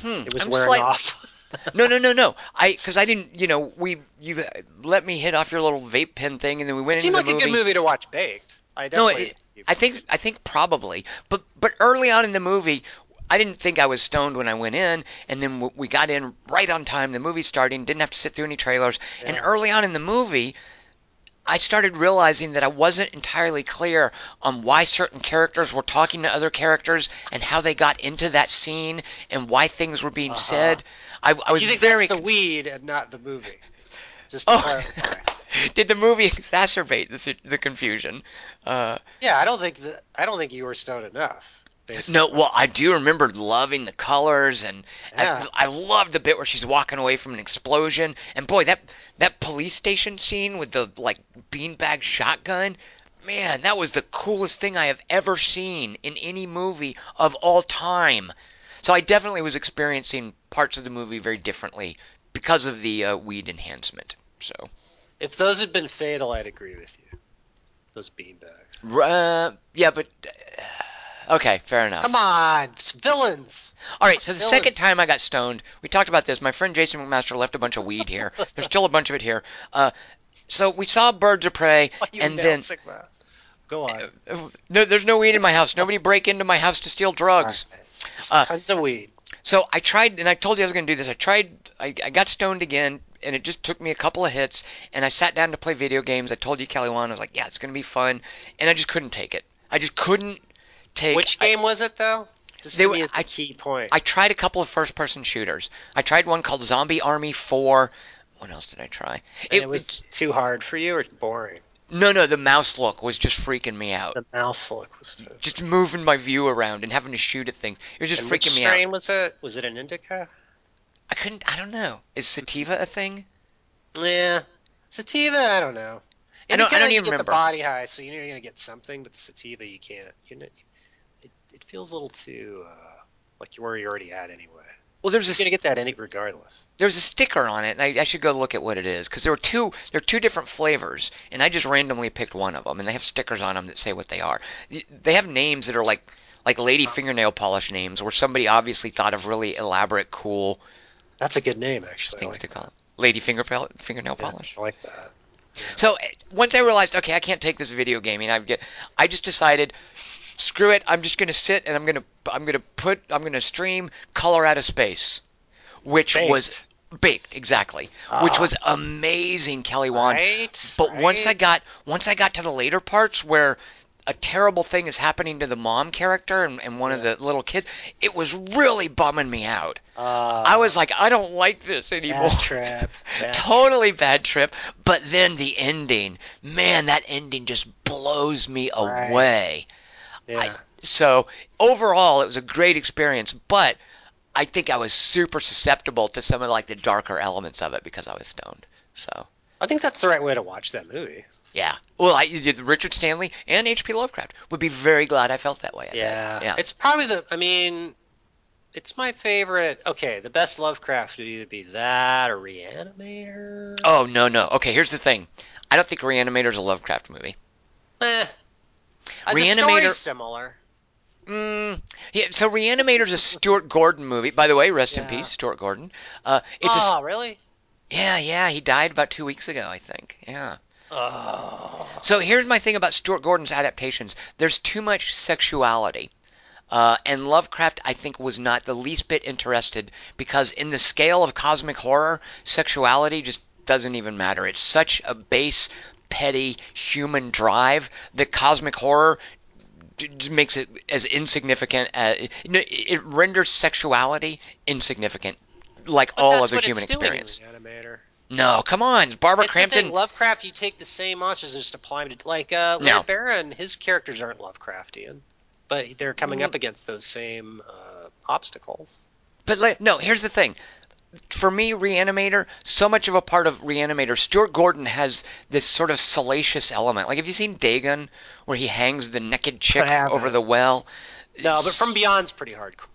S3: hmm,
S4: It was
S3: I'm
S4: wearing
S3: slight-
S4: off.
S3: No, no, no, no. I because I didn't. You know, we you let me hit off your little vape pen thing, and then we went
S4: It
S3: into
S4: seemed like
S3: the
S4: a good movie to watch baked. I
S3: No,
S4: definitely.
S3: it, I think I think probably, but but early on in the movie, I didn't think I was stoned when I went in, and then w- we got in right on time. The movie starting, didn't have to sit through any trailers, and
S4: Yeah.
S3: early on in the movie, I started realizing that I wasn't entirely clear on why certain characters were talking to other characters and how they got into that scene and why things were being said. I, I was
S4: Uh-huh. you think
S3: very
S4: that's the weed and not the movie? Just to
S3: Oh.
S4: clarify.
S3: did the movie exacerbate the si- the confusion? Uh,
S4: Yeah, I don't think that. I don't think you were stoned enough. Based
S3: No,
S4: on-
S3: well, I do remember loving the colors, and
S4: Yeah.
S3: I, I love the bit where she's walking away from an explosion. And boy, that that police station scene with the like beanbag shotgun, man, that was the coolest thing I have ever seen in any movie of all time. So I definitely was experiencing parts of the movie very differently because of the uh, weed enhancement. So,
S4: if those had been fatal, I'd agree with you. Those beanbags.
S3: uh, yeah, but uh, okay, fair enough.
S4: Come on, it's villains.
S3: All right, so the
S4: Dylan.
S3: second time I got stoned, we talked about this. My friend Jason McMaster left a bunch of weed here. There's still a bunch of it here. Uh, so we saw Birds of Prey,
S4: Why you
S3: and then Uh,
S4: announcing that? Go on.
S3: no, there's no weed in my house. Nobody break into my house to steal drugs.
S4: There's
S3: uh,
S4: tons of weed.
S3: So I tried, and I told you I was going to do this. I tried, I, I got stoned again, and it just took me a couple of hits. And I sat down to play video games. I told you, Kelly Wan, I was like, yeah, it's going to be fun, and I just couldn't take it. I just couldn't take.
S4: Which
S3: I-
S4: game was it though? This
S3: They
S4: to
S3: were-
S4: me is the
S3: I-
S4: key point.
S3: I tried a couple of first person shooters. I tried one called Zombie Army 4. What else did I try?
S4: And it was too hard for you or boring.
S3: no, no, the mouse look was just freaking me out.
S4: The mouse look was too.
S3: Just moving my view around and having to shoot at things. It was just
S4: And which
S3: freaking me out.
S4: strain was it? Was it an indica?
S3: I couldn't, I don't know. Is sativa a thing?
S4: Yeah, sativa. I don't know.
S3: I don't- I
S4: Indica,
S3: don't
S4: you
S3: even
S4: get
S3: remember.
S4: The body high, so you know you're gonna get something, but sativa you can't. You know, it, it feels a little too uh, like you're where you're already at anyway.
S3: Well, there was a
S4: You're gonna get that any regardless.
S3: there was a sticker on it, and I, I should go look at what it is because there were two there are two different flavors, and I just randomly picked one of them, and they have stickers on them that say what they are. Y- They have names that are like like lady fingernail polish names, where somebody obviously thought of really elaborate, cool
S4: That's a good name actually. I
S3: things
S4: like,
S3: to call it. Lady finger pal- fingernail
S4: yeah,
S3: polish.
S4: I like that.
S3: So eh, once I realized, okay, I can't take this video gaming. I get, I just decided, screw it. I'm just gonna sit and I'm gonna, I'm gonna put, I'm gonna stream Colorado Space, which was baked exactly, which
S4: Ah.
S3: was amazing, Kelly Wan.
S4: Right.
S3: But once I
S4: right?
S3: got, once I got to the later parts where a terrible thing is happening to the mom character and, and one of the little kids, it was really bumming me out.
S4: Uh,
S3: I was like, I don't like this anymore.
S4: bad trip. Bad
S3: totally bad trip. But then the ending, man, that ending just blows me
S4: Right.
S3: away.
S4: Yeah.
S3: So overall, it was a great experience, but I think I was super susceptible to some of like the darker elements of it because I was stoned. So
S4: I think that's the right way to watch that movie.
S3: yeah, well, I, Richard Stanley and H.P. Lovecraft would be very glad I felt that way. I think. yeah.
S4: It's probably the I mean it's my favorite. Okay, the best Lovecraft would either be that or Reanimator.
S3: oh no, no. Okay, here's the thing. I don't think Reanimator's a Lovecraft movie.
S4: Eh. Uh, The
S3: Reanimator-
S4: story's similar.
S3: Mm, yeah, so Reanimator's a Stuart Gordon movie. By the way, rest in
S4: Yeah.
S3: peace, Stuart Gordon. Uh, it's
S4: oh, really?
S3: a, Yeah, yeah, he died about two weeks ago, I think. Yeah.
S4: Oh.
S3: So here's my thing about Stuart Gordon's adaptations. There's too much sexuality. Uh, and Lovecraft, I think, was not the least bit interested because, in the scale of cosmic horror, sexuality just doesn't even matter. It's such a base, petty human drive that cosmic horror j- j- makes it as insignificant as it, it renders sexuality insignificant, like
S4: But
S3: all
S4: that's
S3: other
S4: what
S3: human
S4: it's doing in
S3: experience.
S4: the animator.
S3: No, come on, Barbara
S4: It's
S3: Crampton.
S4: the thing. Lovecraft, you take the same monsters and just apply them to like uh, Lord
S3: No.
S4: Baron. His characters aren't Lovecraftian, but they're coming up against those same uh, obstacles.
S3: But like, no, here's the thing. For me, Reanimator, so much of a part of Reanimator, Stuart Gordon has this sort of salacious element. Like, have you seen Dagon, where he hangs the naked chick
S4: I haven't.
S3: over the well?
S4: No, but From Beyond's pretty hardcore.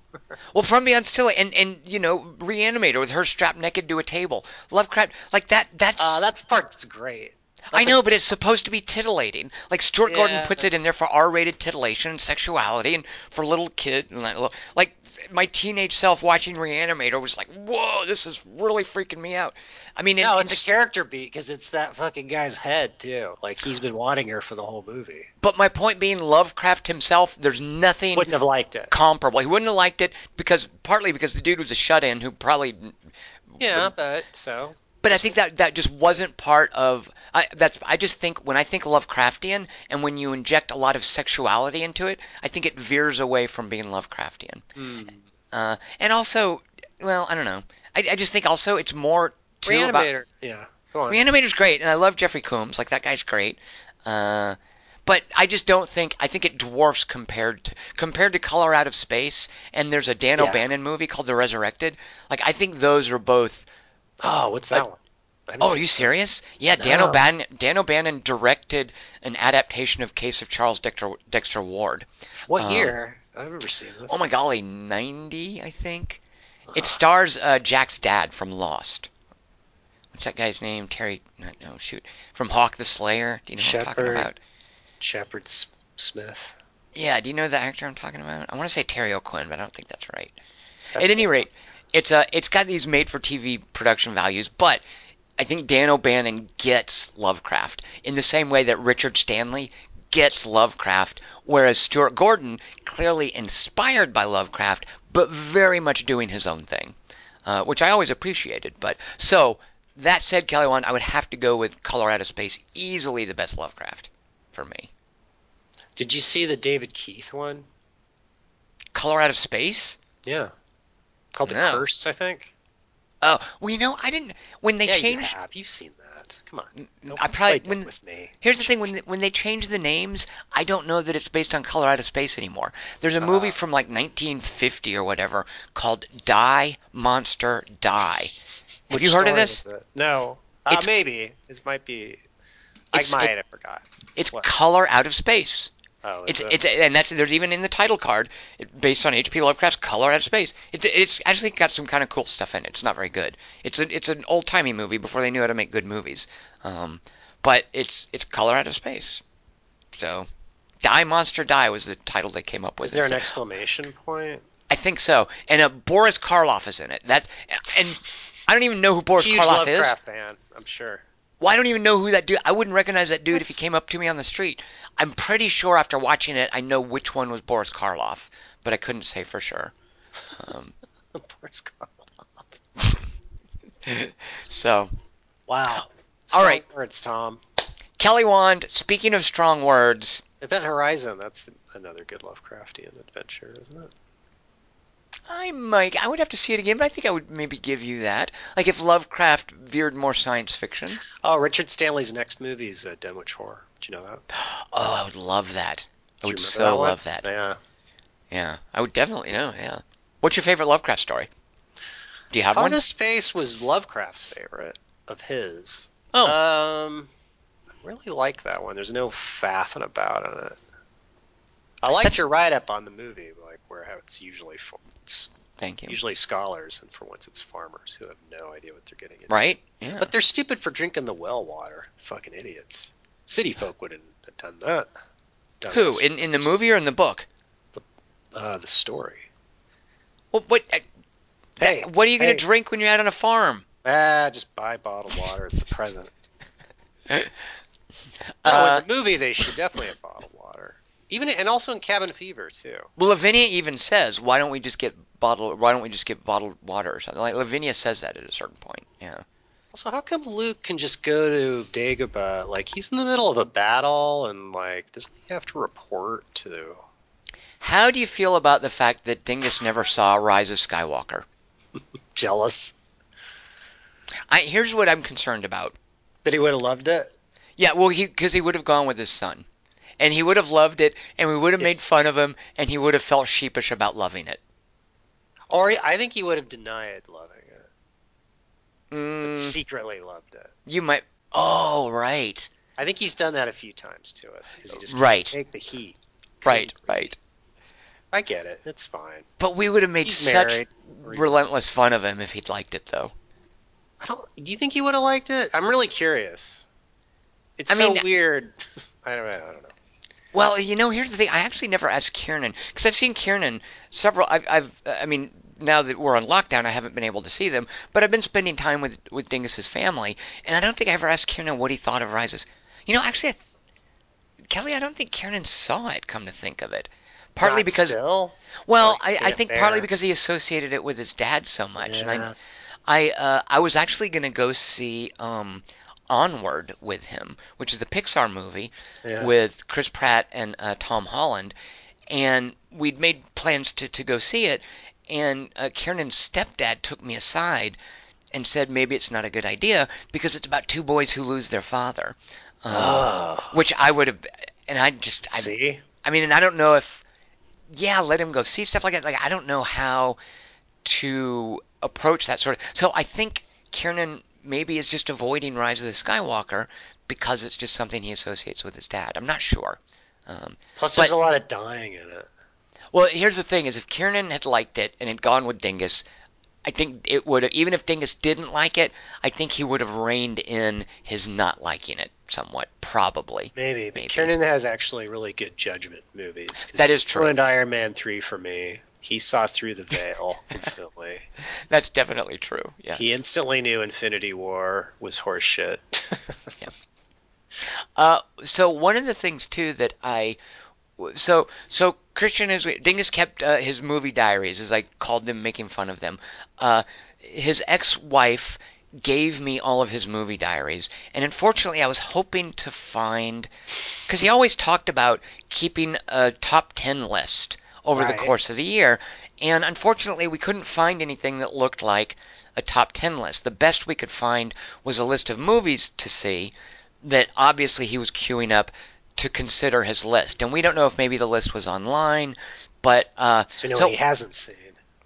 S3: Well, from Beyond Silly, and and you know, Reanimator with her strapped naked to a table. Lovecraft, like that. That's
S4: Uh, that's part that's great.
S3: I
S4: That's a-
S3: know, but it's supposed to be titillating. Like Stuart Gordon
S4: Yeah.
S3: puts it in there for R-rated titillation and sexuality, and for little kid. and like- Like my teenage self watching Reanimator was like, "Whoa, this is really freaking me out." I mean,
S4: No,
S3: it-
S4: it's a character beat because it's that fucking guy's head too. Like he's been wanting her for the whole movie.
S3: but my point being, Lovecraft himself, there's nothing
S4: Wouldn't have liked it.
S3: comparable. He wouldn't have liked it because partly because the dude was a shut-in who probably
S4: Yeah, but so
S3: But I think that that just wasn't part of. I, that's. I just think when I think Lovecraftian, and when you inject a lot of sexuality into it, I think it veers away from being Lovecraftian.
S4: Hmm.
S3: Uh, and also, well, I don't know. I, I just think also it's more too about.
S4: reanimator. yeah, go on.
S3: Reanimator's great, and I love Jeffrey Coombs. Like that guy's great. Uh, but I just don't think I think it dwarfs compared to compared to Color Out of Space. And there's a Dan
S4: Yeah.
S3: O'Bannon movie called The Resurrected. Like I think those are both
S4: oh, what's that one? I haven't
S3: Oh, are
S4: seen-
S3: you serious? Yeah, Dan
S4: No.
S3: O'Bannon, Dan O'Bannon directed an adaptation of Case of Charles Dexter, Dexter Ward.
S4: what
S3: um,
S4: year? I've never seen this.
S3: Oh my golly, 90, I think. It stars uh, Jack's dad from Lost. What's that guy's name? Terry? No, no shoot. From Hawk the Slayer. Do you know who I'm talking
S4: Shepherd.
S3: about?
S4: Shepard S- Smith.
S3: Yeah, do you know the actor I'm talking about? I want to say Terry O'Quinn, but I don't think that's right.
S4: That's
S3: At any
S4: the-
S3: rate, it's uh, it's got these made-for-TV production values, but I think Dan O'Bannon gets Lovecraft in the same way that Richard Stanley gets Lovecraft, whereas Stuart Gordon, clearly inspired by Lovecraft, but very much doing his own thing, uh, which I always appreciated. But so that said, Kelly Wand, I would have to go with Colorado Space, easily the best Lovecraft for me.
S4: Did you see the David Keith one?
S3: Colorado Space.
S4: Yeah. Called the
S3: No.
S4: Curse, I think.
S3: Oh, well, you know, I didn't. When they
S4: yeah,
S3: changed,
S4: you have. You've seen that. Come on. Don't
S3: I probably
S4: play dead
S3: when
S4: with me.
S3: Here's the thing: when when they change the names, I don't know that it's based on Colorado space anymore. There's a
S4: Uh.
S3: movie from like 1950 or whatever called Die Monster Die. Have you
S4: Which
S3: heard of
S4: story
S3: this?
S4: was it? No. Uh,
S3: It's-
S4: maybe. This might be. I
S3: It's-
S4: might
S3: it-
S4: have forgot.
S3: It's
S4: What?
S3: Color Out of Space.
S4: Oh, is
S3: It's
S4: it?
S3: it's and that's there's even in the title card it- based on H.P. Lovecraft's Color Out of Space. It's it's actually got some kind of cool stuff in it. It's not very good. It's a, it's an old timey movie before they knew how to make good movies. Um, but it's it's Color Out of Space. So, Die Monster Die was the title they came up with.
S4: Is there an
S3: instead.
S4: exclamation point?
S3: I think so. And uh, Boris Karloff is in it. That's and I don't even know who Boris
S4: Huge
S3: Karloff
S4: Lovecraft
S3: is.
S4: fan, I'm sure.
S3: Well, I don't even know who that dude. I wouldn't recognize that dude if he came up to me on the street. I'm pretty sure after watching it, I know which one was Boris Karloff, but I couldn't say for sure.
S4: Boris Karloff.
S3: So
S4: Wow.
S3: All right.
S4: Strong Words, Tom.
S3: Kelly Wand. Speaking of strong words,
S4: Event Horizon. That's the, another good Lovecraftian adventure, isn't it?
S3: I might. I would have to see it again, but I think I would maybe give you that. Like if Lovecraft veered more science fiction.
S4: Oh, Richard Stanley's next movie is uh, Dunwich Horror. Did you know that?
S3: Oh, I would love that. I
S4: Do you
S3: would
S4: remember
S3: so
S4: that one?
S3: love that.
S4: Yeah.
S3: Yeah, I would definitely know. Yeah. What's your favorite Lovecraft story? Do you have
S4: Out
S3: one?
S4: of Space was Lovecraft's favorite of his.
S3: Oh,
S4: Um, I really like that one. There's no faffing about on it. I liked your write-up on the movie, like where how it's usually for, it's
S3: thank you.
S4: usually scholars, and for once it's farmers who have no idea what they're getting into.
S3: Right? Yeah.
S4: But they're stupid for drinking the well water. Fucking idiots. City folk wouldn't have done that. Done
S3: Who
S4: this-
S3: in in the movie or in the book?
S4: uh, the story.
S3: Well, what? uh,
S4: Hey,
S3: What are you gonna
S4: hey.
S3: drink when you're out on a farm?
S4: Ah, just buy bottled water. It's the present. No,
S3: Uh,
S4: in the movie they should definitely have bottled water. Even and also in Cabin Fever too.
S3: well, Lavinia even says, "Why don't we just get bottled? Why don't we just get bottled water or something?" Like Lavinia says that at a certain point. Yeah.
S4: Also, how come Luke can just go to Dagobah? Like he's in the middle of a battle and like doesn't he have to report to?
S3: How do you feel about the fact that Dingus never saw Rise of Skywalker?
S4: Jealous
S3: I, here's what I'm concerned about.
S4: that he would have loved it.
S3: Yeah, well, he because he would have gone with his son, and he would have loved it, and we would have made fun of him, and he would have felt sheepish about loving it.
S4: Or he- I think he would have denied loving it.
S3: Mm,
S4: Secretly loved it.
S3: you might. Oh, right,
S4: I think he's done that a few times to us because he just can't
S3: Right.
S4: take the heat.
S3: right, right.
S4: I get it. It's fine.
S3: But we would have made
S4: He's
S3: such
S4: married.
S3: relentless fun of him if he'd liked it, though.
S4: I don't. Do you think he would have liked it? I'm really curious. It's
S3: I
S4: so
S3: mean-
S4: weird. I don't. know, I don't know.
S3: Well, you know, here's the thing. I actually never asked Kiernan because I've seen Kiernan several. I've, I've, I mean, now that we're on lockdown, I haven't been able to see them, but I've been spending time with with Dingus's family, and I don't think I ever asked Kiernan what he thought of Rises. You know, actually, I th- Kelly, I don't think Kiernan saw it. Come to think of it, partly
S4: Not
S3: because,
S4: still.
S3: well,
S4: Like,
S3: I, I
S4: can't
S3: think partly
S4: bear.
S3: because he associated it with his dad so much, and I,
S4: Yeah.
S3: I uh, I was actually gonna go see um, Onward with him, which is the Pixar movie
S4: Yeah.
S3: with Chris Pratt and uh, Tom Holland, and we'd made plans to to go see it, and uh, Kiernan's stepdad took me aside and said maybe it's not a good idea because it's about two boys who lose their father, um,
S4: Ah.
S3: which I would have, and I just I,
S4: See,
S3: I mean, and I don't know if, yeah, let him go see stuff like that. Like, I don't know how to approach that sort of. So I think Kiernan maybe is just avoiding Rise of the Skywalker because it's just something he associates with his dad. I'm not sure. Um,
S4: plus
S3: but-
S4: there's a lot of dying in it.
S3: well, here's the thing: is if Kiernan had liked it and had gone with Dingus, I think it would have. Even if Dingus didn't like it, I think he would have reined in his not liking it somewhat, probably.
S4: Maybe, but
S3: Maybe.
S4: Kiernan has actually really good judgment movies. 'cause
S3: That
S4: he
S3: is true.
S4: ruined Iron Man three for me. He saw through the veil instantly.
S3: That's definitely true. Yeah.
S4: He instantly knew Infinity War was horseshit.
S3: Uh, so one of the things too that I, so so Christian is Dingus kept uh, his movie diaries as I called them, making fun of them. Uh, his ex-wife gave me all of his movie diaries, and unfortunately, I was hoping to find because he always talked about keeping a top ten list over the
S4: Right.
S3: course of the year, and unfortunately, we couldn't find anything that looked like a top ten list. The best we could find was a list of movies to see that obviously he was queuing up to consider his list. And we don't know if maybe the list was online, but uh,
S4: so you know
S3: so
S4: what he hasn't seen.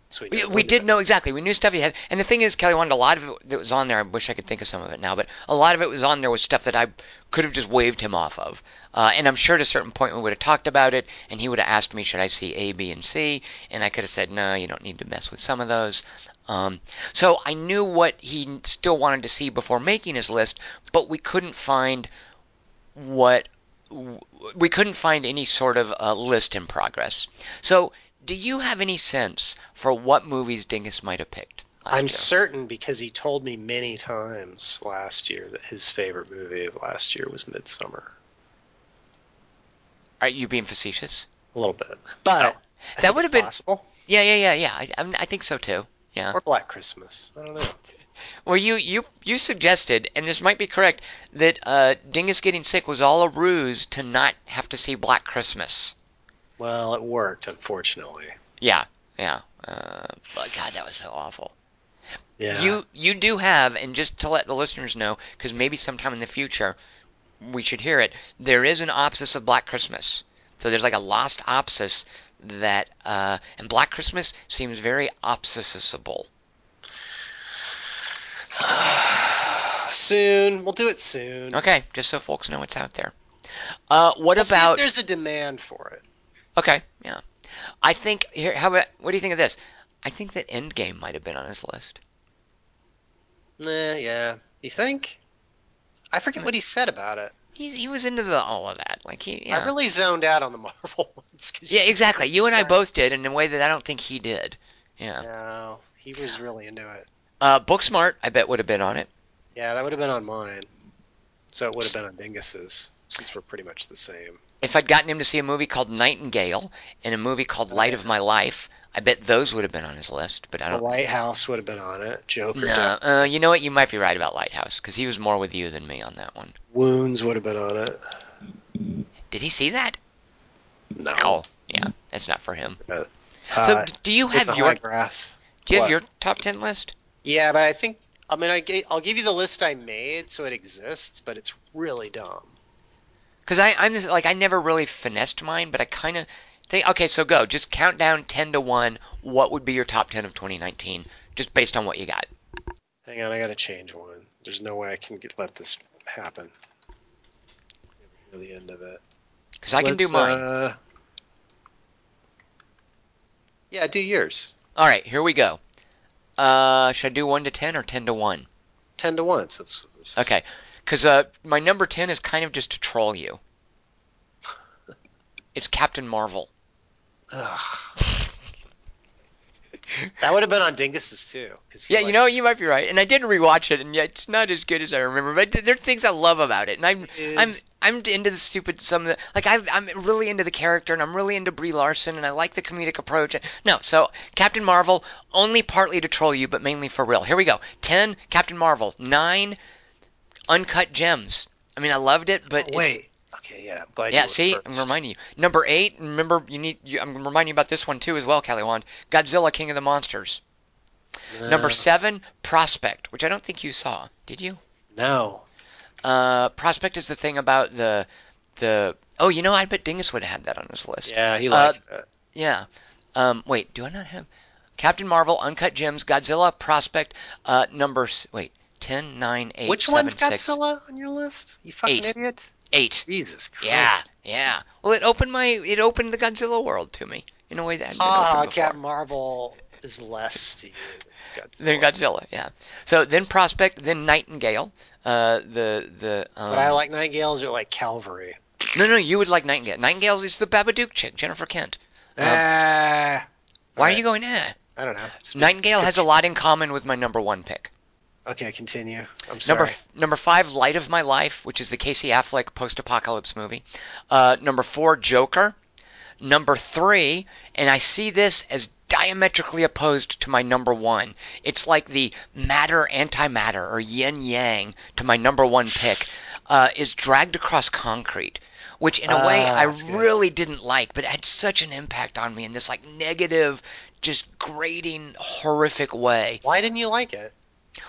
S4: So
S3: we,
S4: know
S3: we
S4: what-
S3: did know exactly. We knew stuff he had. And the thing is, Kelly wanted a lot of it that was on there. I wish I could think of some of it now, but a lot of it was on there was stuff that I could have just waved him off of. Uh, and I'm sure at a certain point we would have talked about it, and he would have asked me, should I see A, B, and C? And I could have said, no, you don't need to mess with some of those. Um, so I knew what he still wanted to see before making his list, but we couldn't find what we couldn't find any sort of uh, list in progress. So, do you have any sense for what movies Dingus might have picked? last
S4: I'm
S3: year?
S4: certain because he told me many times last year that his favorite movie of last year was Midsummer.
S3: Are you being facetious?
S4: A little bit, but I
S3: Oh. That
S4: think
S3: would
S4: it's
S3: have been-
S4: possible.
S3: Yeah, yeah, yeah, yeah. I, I'm, I think so too. Yeah.
S4: Or Black Christmas. I don't know.
S3: Well, you, you, you suggested, and this might be correct, that uh, Dingus getting sick was all a ruse to not have to see Black Christmas.
S4: Well, it worked, unfortunately.
S3: Yeah, yeah. Uh, but God, that was so awful.
S4: Yeah.
S3: You you do have, and just to let the listeners know, because maybe sometime in the future we should hear it. There is an opsis of Black Christmas, so there's like a lost opsis that, uh, and Black Christmas seems very opsisable.
S4: soon. We'll do it soon.
S3: Okay, just so folks know what's out there. Uh, what
S4: We'll see if
S3: about?
S4: there's a demand for it.
S3: Okay, yeah. I think here. How about? What do you think of this? I think that Endgame might have been on his list.
S4: Nah, yeah. You think? I forget what he said about it.
S3: He, he was into the, all of that. Like he, yeah.
S4: I really zoned out on the Marvel ones. 'cause
S3: yeah, exactly. You and I
S4: Sorry.
S3: both did in a way that I don't think he did. Yeah.
S4: No, he was really into it.
S3: Uh, Booksmart, I bet would have been on it.
S4: Yeah, that would have been on mine. So it would have been on Dingus's, since we're pretty much the same.
S3: If I'd gotten him to see a movie called Nightingale and a movie called Light of My Life, I bet those would have been on his list. But I
S4: The
S3: don't.
S4: Lighthouse would have been on it. Joker.
S3: No, uh, you know what? You might be right about Lighthouse because he was more with you than me on that one.
S4: Wounds would have been on it.
S3: Did he see that?
S4: No.
S3: Ow. Yeah, that's not for him.
S4: Uh,
S3: So, do you
S4: With
S3: have
S4: the
S3: your
S4: High grass.
S3: do you have
S4: what?
S3: your top ten list?
S4: Yeah, but I think I mean I ga- I'll give you the list I made, so it exists, but it's really dumb.
S3: Because I I'm this, like I never really finessed mine, but I kind of think okay. So go. Just count down ten to one. What would be your top ten of 2019? Just based on what you got.
S4: Hang on, I gotta change one. There's no way I can get, let this happen. Near the end of it.
S3: Because I can do
S4: Let's,
S3: mine.
S4: uh, Yeah, do yours.
S3: All right, here we go. Uh, should I do one to ten or ten to one?
S4: Ten to one. So it's, it's
S3: Okay, because uh, my number ten is kind of just to troll you. It's Captain Marvel.
S4: Ugh. that would have been on Dingus's too. 'cause he
S3: Yeah, you
S4: liked-
S3: know you might be right, and I did rewatch it, and yeah, it's not as good as I remember. But there are things I love about it, and I'm
S4: It
S3: I'm
S4: is.
S3: I'm into the stupid some of the like I I'm really into the character, and I'm really into Brie Larson, and I like the comedic approach. No, so Captain Marvel only partly to troll you, but mainly for real. Here we go. Ten Captain Marvel, nine Uncut Gems. I mean, I loved it, but it's-
S4: Oh, Wait. Okay. Yeah. I'm glad you
S3: yeah,
S4: were
S3: see,
S4: first.
S3: I'm reminding you. Number eight, remember you need. You, I'm reminding you about this one too as well, Callie Wand. Godzilla, King of the Monsters. Number
S4: Uh,
S3: seven, Prospect, which I don't think you saw. Did you?
S4: No.
S3: Uh, Prospect is the thing about the the. Oh, you know, I bet Dingus would have had that on his list.
S4: Yeah, he
S3: Uh,
S4: liked it.
S3: Yeah. Um, wait, do I not have Captain Marvel, Uncut Gems, Godzilla, Prospect, uh, number s- wait, 10, 9, 8,
S4: Which
S3: seven,
S4: one's
S3: six,
S4: Godzilla on your list? You fucking
S3: Eight.
S4: idiot.
S3: Eight.
S4: Jesus Christ.
S3: Yeah, yeah. Well, it opened my it opened the Godzilla world to me in a way that hadn't been
S4: Ah,
S3: opened before.
S4: Captain Marvel is less to you than Godzilla.
S3: Then Godzilla, yeah. So then Prospect, then Nightingale. Uh, the the. Um,
S4: But I like Nightingales are like Calvary.
S3: No, no, you would like Nightingale. Nightingale is the Babadook chick, Jennifer Kent. Um,
S4: Ah,
S3: Why are
S4: Alright.
S3: you going? Eh.
S4: I don't know. It's been-
S3: Nightingale has a lot in common with my number one pick.
S4: Okay, continue. I'm sorry.
S3: Number number five, Light of My Life, which is the Casey Affleck post-apocalypse movie. Uh, number four, Joker. Number three, and I see this as diametrically opposed to my number one. It's like the matter antimatter or yin yang to my number one pick uh, is dragged across concrete. Which in a way
S4: Ah,
S3: I
S4: that's good.
S3: really didn't like, but it had such an impact on me in this like negative, just grating, horrific way.
S4: Why didn't you like it?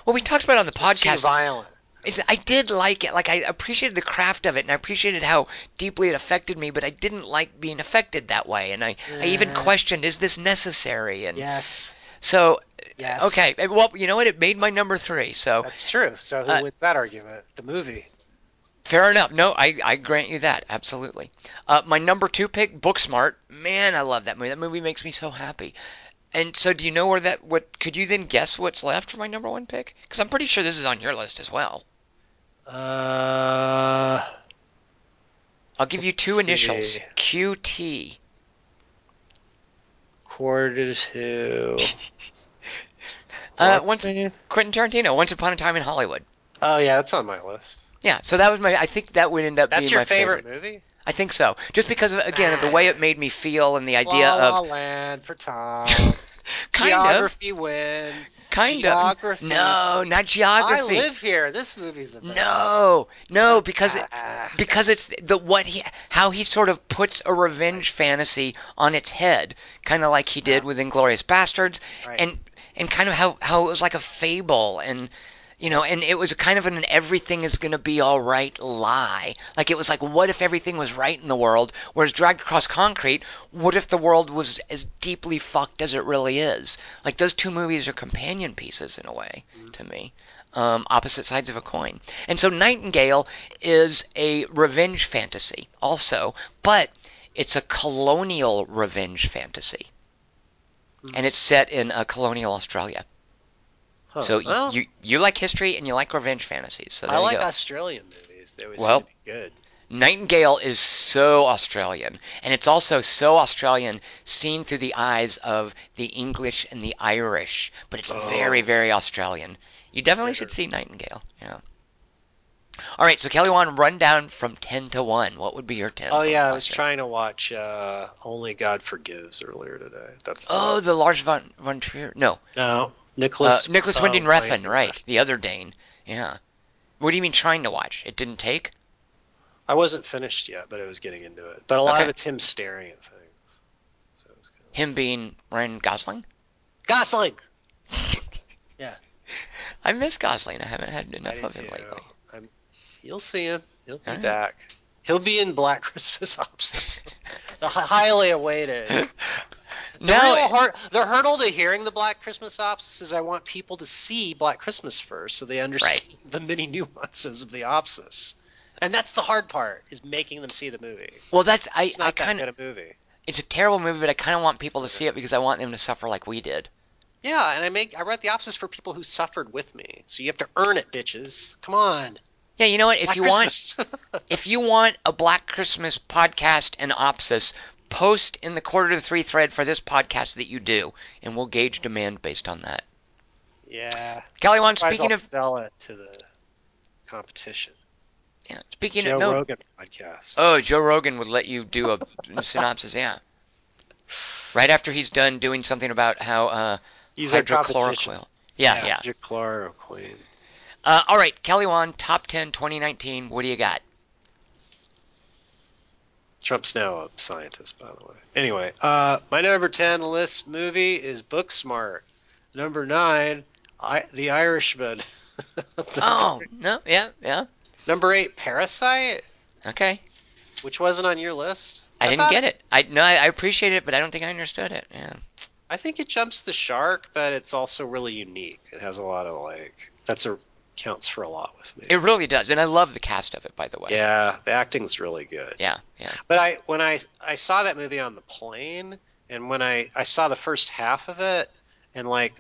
S3: Well, we talked about it on the
S4: It's too
S3: podcast
S4: violent.
S3: it's, I did like it. Like I appreciated the craft of it, and I appreciated how deeply it affected me. But I didn't like being affected that way, and I, I even
S4: Yeah.
S3: questioned, is this necessary? And
S4: Eh, Yes.
S3: so,
S4: Yes.
S3: okay. eh, Well, you know what? It made my number three. So
S4: That's true. So who
S3: Uh,
S4: wins that argument? The movie.
S3: fair enough. No, I, I grant you that absolutely. Uh, my number two pick, Booksmart. Man, I love that movie. That movie makes me so happy. And so, do you know where that? What could you then guess what's left for my number one pick? Because I'm pretty sure this is on your list as well.
S4: Uh,
S3: I'll give you two
S4: Let's
S3: initials.
S4: see.
S3: QT.
S4: quarter to.
S3: Uh, once Quentin Tarantino, Once Upon a Time in Hollywood.
S4: Oh yeah, that's on my list.
S3: Yeah, so that was my. I think that would end up
S4: That's
S3: being
S4: your
S3: my
S4: favorite,
S3: favorite.
S4: movie?
S3: I think so, just because of, again of the way it made me feel and the idea
S4: La La
S3: of
S4: Land for Tom.
S3: kind
S4: geography win.
S3: of, kind
S4: geography.
S3: of. No, not
S4: I
S3: geography.
S4: live here. This movie's the best.
S3: no, no, because it,
S4: Ah.
S3: because it's the what he how he sort of puts a revenge fantasy on its head, kind of like he did with Inglorious Bastards,
S4: Right.
S3: and and kind of how how it was like a fable and. You know, and it was kind of an everything is going to be all right lie. Like, it was like, what if everything was right in the world? Whereas Dragged Across Concrete, what if the world was as deeply fucked as it really is? Like, those two movies are companion pieces in a way to me. Um, opposite sides of a coin. And so Nightingale is a revenge fantasy also, but it's a colonial revenge fantasy. And it's set in a colonial Australia.
S4: Huh.
S3: So y-
S4: Well,
S3: you you like history and you like revenge fantasies. So there
S4: I
S3: you
S4: like
S3: go.
S4: Australian movies. They always
S3: Well,
S4: seem to be good.
S3: Nightingale is so Australian, and it's also so Australian seen through the eyes of the English and the Irish, but
S4: Oh.
S3: it's very, very Australian. You definitely should see Nightingale. Yeah. All right, so Kelly Wan, run down from ten to one. What would be your ten?
S4: Oh yeah, I was trying to watch uh, Only God Forgives earlier today. That's the
S3: Oh, the Lars von, von Trier. No,
S4: no
S3: uh,
S4: Nicholas
S3: Nicholas Winding Refn, right?
S4: Refn.
S3: The other Dane. Yeah. What do you mean trying to watch? It didn't take.
S4: I wasn't finished yet, but I was getting into it. But a lot
S3: Okay.
S4: of it's him staring at things. So it was kind of...
S3: Him being Ryan Gosling?
S4: Gosling.
S3: I miss Gosling. I haven't had
S4: I
S3: enough
S4: do
S3: of him
S4: too.
S3: lately.
S4: I'm- You'll see him. He'll be
S3: Alright.
S4: back. He'll be in Black Christmas Options. the hi- highly awaited. The,
S3: Now,
S4: real hur- the hurdle to hearing the Black Christmas Opsis is I want people to see Black Christmas first so they understand the many nuances of the Opsis. And that's the hard part, is making them see the movie.
S3: well, that's I,
S4: It's
S3: I
S4: not that
S3: kind of
S4: good a movie.
S3: it's a terrible movie, but I kind of want people to see it because I want them to suffer like we did.
S4: Yeah, and I make I wrote the Opsis for people who suffered with me. So you have to earn it, bitches. Come on.
S3: Yeah, you know what? If
S4: Black
S3: you
S4: Christmas.
S3: want if you want a Black Christmas podcast and Opsis, post in the quarter to three thread for this podcast that you do, and we'll gauge demand based on that.
S4: yeah.
S3: Kelly, Wan,
S4: Might as
S3: speaking
S4: well
S3: of
S4: sell it to the competition.
S3: yeah, speaking
S4: Joe
S3: of no,
S4: Rogan podcast.
S3: Oh, Joe Rogan would let you do a synopsis, yeah. Oh, Right after he's done doing something about how uh,
S4: He's our competition.
S3: hydrochloroquine. Yeah, yeah.
S4: Hydrochloroquine.
S3: Uh, all right, Kelly Wan, top 10 2019. What do you got?
S4: Trump's now a scientist, by the way. Anyway, uh, my number ten list movie is Booksmart. Number nine, I, The Irishman.
S3: Oh, no, yeah, yeah.
S4: Number eight, Parasite,
S3: Okay.
S4: which wasn't on your list.
S3: I, didn't
S4: thought-
S3: get it. I no, I, I appreciate it, but I don't think I understood it. Yeah.
S4: I think it jumps the shark, but it's also really unique. It has a lot of like that's a counts for a lot with me.
S3: It really does, and I love the cast of it, by the way.
S4: yeah, the acting's really good.
S3: yeah, yeah.
S4: But I when I I saw that movie on the plane, and when I I saw the first half of it, and like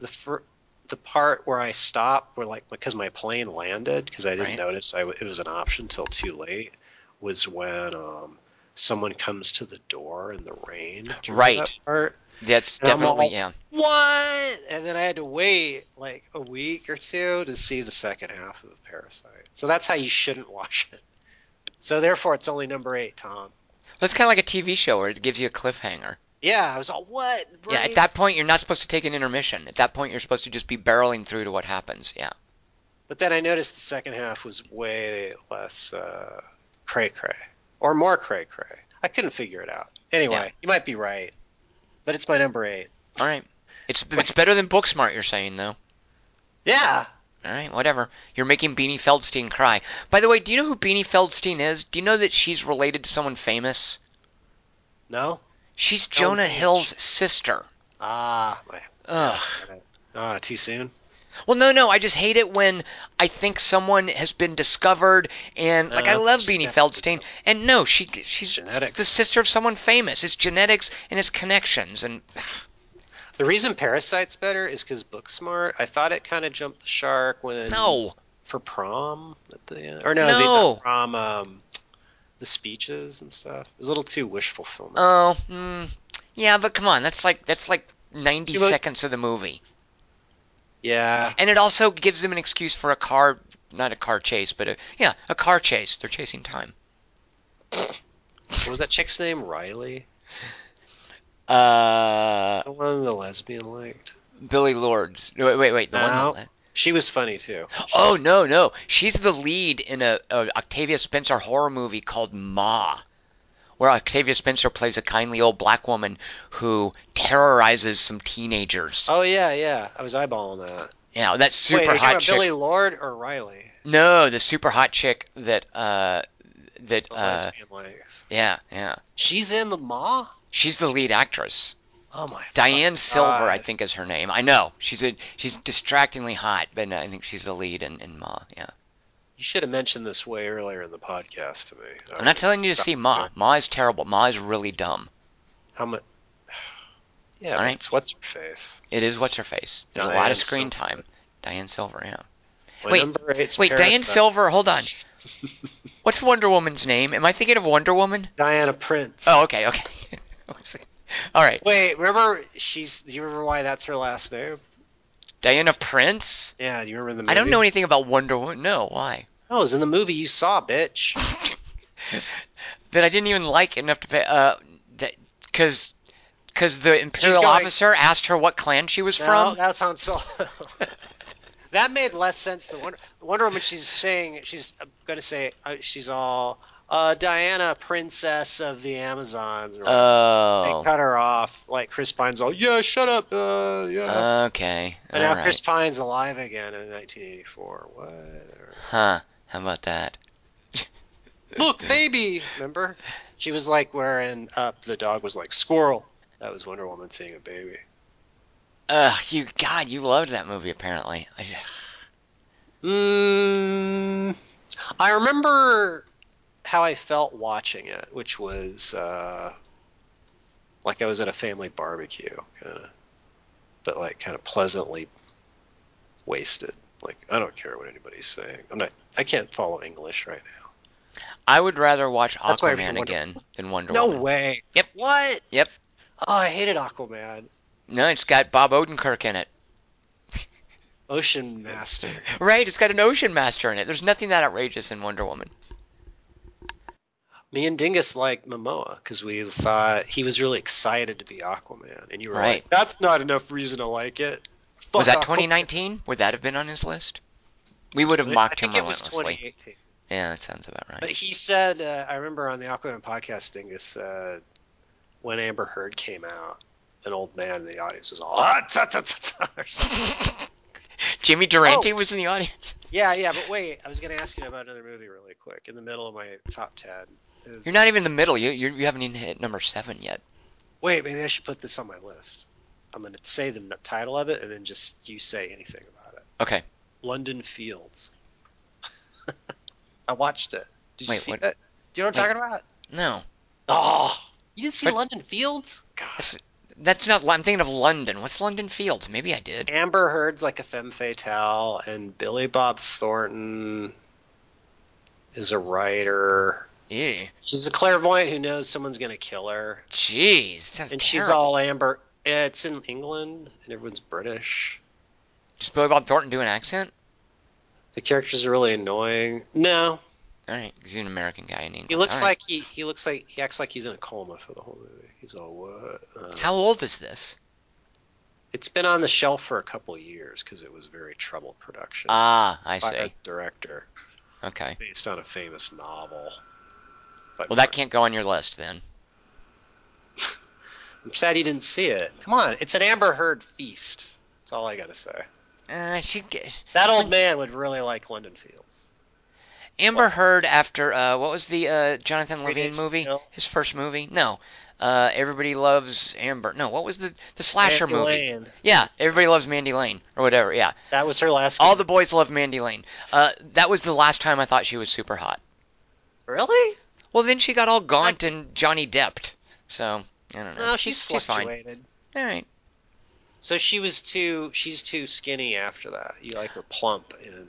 S4: the fir- the part where I stopped, where like because my plane landed, because I didn't
S3: Right.
S4: notice I w- it was an option till too late, was when um someone comes to the door in the rain. Do you remember
S3: Right.
S4: that part?
S3: That's
S4: And I'm
S3: definitely
S4: all-
S3: yeah.
S4: What? And then I had to wait like a week or two to see the second half of Parasite. So that's how you shouldn't watch it. So therefore, it's only number eight, Tom.
S3: That's kind of like a TV show where it gives you a cliffhanger.
S4: Yeah, I was all what?
S3: Yeah, at that point you're not supposed to take an intermission. At that point you're supposed to just be barreling through to what happens. Yeah.
S4: But then I noticed the second half was way less uh, cray cray, or more cray cray. I couldn't figure it out. Anyway,
S3: Yeah.
S4: you might be right, but it's my number eight.
S3: All right. It's it's better than Booksmart. You're saying though.
S4: Yeah,
S3: All right, whatever. You're making Beanie Feldstein cry. By the way, do you know who Beanie Feldstein is? Do you know that she's related to someone famous?
S4: no,
S3: She's
S4: Joan
S3: Jonah
S4: Baez.
S3: Hill's sister.
S4: ah, my,
S3: Ugh.
S4: ah, too soon.
S3: Well, no, no. I just hate it when I think someone has been discovered, and like I
S4: Uh,
S3: love Beanie
S4: step-
S3: Feldstein, and no, she she's
S4: genetics.
S3: the sister of someone famous. It's genetics and it's connections, and
S4: The reason Parasite's better is because Booksmart. I thought it kind of jumped the shark when
S3: no,
S4: for prom at the end, or no, the
S3: No.
S4: not prom um, the speeches and stuff. It was a little too wish fulfillment.
S3: oh, mm, yeah, but come on, that's like that's like 90
S4: You know-
S3: seconds of the movie.
S4: yeah,
S3: And it also gives them an excuse for a car, not a car chase, but a, yeah, a car chase. They're chasing time.
S4: what was that chick's name? Riley.
S3: Uh,
S4: The one the lesbian liked.
S3: Billy Lords. No, wait, wait, wait. The
S4: No.
S3: one that,
S4: She was funny too. She-
S3: oh no, no. She's the lead in a, a Octavia Spencer horror movie called Ma, where Octavia Spencer plays a kindly old black woman who terrorizes some teenagers.
S4: Oh yeah, yeah. I was eyeballing that.
S3: Yeah, that super
S4: Wait, are you talking
S3: hot
S4: about
S3: chick.
S4: Billy Lord or Riley?
S3: No, the super hot chick that uh that
S4: The
S3: uh
S4: lesbian likes.
S3: yeah yeah.
S4: She's in the Ma.
S3: She's the lead actress.
S4: Oh my.
S3: Diane Silver, I
S4: God.
S3: think, is her name. I know she's a she's distractingly hot, but no, I think she's the lead in, in Ma. Yeah,
S4: You should have mentioned this way earlier in the podcast to me.
S3: I'm not telling you to see Ma. Ma is terrible. Ma is really dumb.
S4: How much? Yeah,
S3: All
S4: but
S3: right.
S4: it's what's her face.
S3: It is what's her face. There's a lot
S4: Diane
S3: of screen
S4: Silver.
S3: time. Diane Silver, yeah.
S4: When
S3: Wait,
S4: number eight's
S3: Wait, Diane
S4: Paris,
S3: Silver, hold on. What's Wonder Woman's name? Am I thinking of Wonder Woman?
S4: Diana Prince.
S3: Oh, okay, okay. All right,
S4: Wait, remember she's? Do you remember why that's her last name?
S3: Diana Prince.
S4: Yeah, do you remember the movie?
S3: I don't know anything about Wonder Woman. No, why?
S4: Oh, it was in the movie you saw, bitch.
S3: That I didn't even like enough to pay. Uh, that because because the imperial
S4: going-
S3: officer asked her what clan she was
S4: No,
S3: from.
S4: that's on Solo. that made less sense than Wonder, Wonder Woman. She's saying she's going to say uh, she's all uh, Diana, princess of the Amazons. Or whatever.
S3: Oh,
S4: They cut her off. Like Chris Pine's all, yeah, shut up, uh, yeah.
S3: okay.
S4: and
S3: Oh, All
S4: now
S3: right.
S4: Chris Pine's alive again in 1984. What?
S3: Huh? How about that?
S4: Look, baby. Remember? She was like wearing up. The dog was like squirrel. That was Wonder Woman seeing a baby.
S3: Ugh, you God, you loved that movie apparently. I,
S4: Mm, I remember how I felt watching it, which was uh, like I was at a family barbecue, kind of, but like kind of pleasantly wasted. Like I don't care what anybody's saying. I'm not. I can't follow English right now.
S3: I would rather watch
S4: That's why I
S3: Aquaman
S4: wonder-
S3: again than Wonder
S4: No
S3: Woman.
S4: way.
S3: Yep.
S4: What?
S3: Yep.
S4: Oh, I hated Aquaman.
S3: No, it's got Bob Odenkirk in it.
S4: Ocean Master.
S3: Right, it's got an Ocean Master in it. There's nothing that outrageous in Wonder Woman.
S4: Me and Dingus liked Momoa because we thought he was really excited to be Aquaman, and you were
S3: Right.
S4: like, "That's not enough reason to like it." Fuck
S3: Was that
S4: Aquaman.
S3: 2019? Would that have been on his list? We would have
S4: I
S3: mocked him
S4: think it was
S3: relentlessly.
S4: 2018.
S3: Yeah, that sounds about right.
S4: But he said, uh, I remember on the Aquaman podcast, Dingus, uh, when Amber Heard came out, an old man in the audience was all, ah, ta, ta, ta, ta," or something. Oh.
S3: Jimmy Durante was in the audience.
S4: yeah, yeah, but wait, I was going to ask you about another movie really quick in the middle of my top 10. Is,
S3: You're not even in the middle. You you, you haven't even hit number seven yet.
S4: wait, maybe I should put this on my list. I'm going to say the n- title of it and then just you say anything about it.
S3: Okay.
S4: London Fields. I watched it. Did you
S3: Wait,
S4: see
S3: what-
S4: that? Do you know what
S3: wait.
S4: I'm talking about?
S3: No,
S4: Oh, you didn't see
S3: But-
S4: London Fields? God.
S3: that's not. I'm thinking of London. What's London Fields? Maybe I did.
S4: Amber Heard's like a femme fatale, and Billy Bob Thornton is a writer.
S3: Ew.
S4: She's a clairvoyant who knows someone's gonna kill her,
S3: Jeez, sounds terrible.
S4: and she's all Amber. Yeah, It's in England, and everyone's British.
S3: Does Billy Bob Thornton do an accent?
S4: The characters are really annoying. No,
S3: All right, 'cause he's an American guy in England.
S4: he looks
S3: All right.
S4: like he, he looks like he acts like he's in a coma for the whole movie. He's all what? Uh,
S3: How old is this?
S4: it's been on the shelf for a couple years because it was very troubled production.
S3: Ah, I
S4: by a
S3: see.
S4: director
S3: Okay.
S4: based on a famous novel. But
S3: Well, that can't go on your list then.
S4: I'm sad you didn't see it. Come on, it's an Amber Heard feast. That's all I gotta say.
S3: Uh, she get
S4: That old man would really like London Fields.
S3: Amber Heard after uh, what was the uh, Jonathan
S4: Three
S3: Levine
S4: Days to
S3: movie?
S4: Kill.
S3: His first movie? No. Uh, Everybody loves Amber. No, what was the the slasher
S4: Mandy
S3: movie?
S4: Lane.
S3: Yeah, Everybody loves Mandy Lane or whatever. Yeah,
S4: That was her last.
S3: all the boys love Mandy Lane. Uh, that was the last time I thought she was super hot.
S4: really?
S3: Well, then she got all gaunt and Johnny Depped. So I don't know.
S4: No, she's,
S3: she's fine.
S4: fluctuated.
S3: All right.
S4: So she was too. She's too skinny after that. You like her plump in.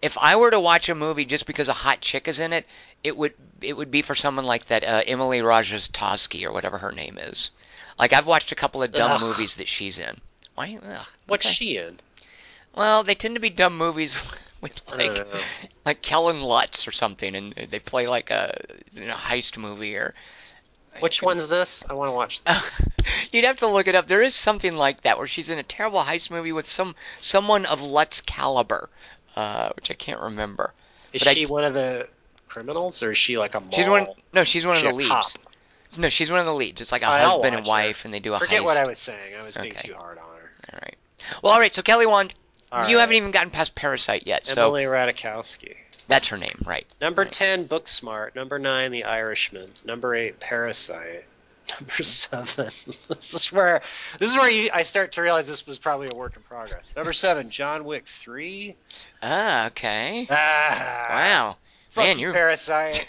S3: if I were to watch a movie just because a hot chick is in it, it would it would be for someone like that uh, Emily Ratajkowski or whatever her name is. Like I've watched a couple of dumb
S4: Ugh.
S3: movies that she's in. Why? Ugh,
S4: What's
S3: okay.
S4: she in?
S3: Well, they tend to be dumb movies with
S4: don't
S3: like
S4: know.
S3: like Kellen Lutz or something, and they play like a, you know, heist movie or.
S4: Which one's this? I want to watch this.
S3: You'd have to look it up. There is something like that where she's in a terrible heist movie with some someone of Lutz caliber, uh, which I can't remember.
S4: Is
S3: but I-
S4: she one of the criminals, or is she like a mall?
S3: She's one. No, she's one
S4: She
S3: of
S4: a
S3: the leads.
S4: cop?
S3: No, she's one of the leads. It's like a
S4: All right, I'll
S3: husband and
S4: watch her.
S3: wife, and they do a
S4: Forget
S3: heist.
S4: what I was saying. I was being
S3: Okay.
S4: too hard on her.
S3: All right. Well, all right. So Kelly Wand,
S4: All
S3: you
S4: right.
S3: haven't even gotten past Parasite yet, so
S4: Emily Ratajkowski.
S3: that's her name, right?
S4: Number ten, Booksmart. Number nine, The Irishman. Number eight, Parasite. Number seven. this is where this is where you, I start to realize this was probably a work in progress. Number seven, John Wick three.
S3: Ah, okay.
S4: Ah,
S3: Wow.
S4: fuck
S3: man,
S4: you,
S3: you're-
S4: Parasite.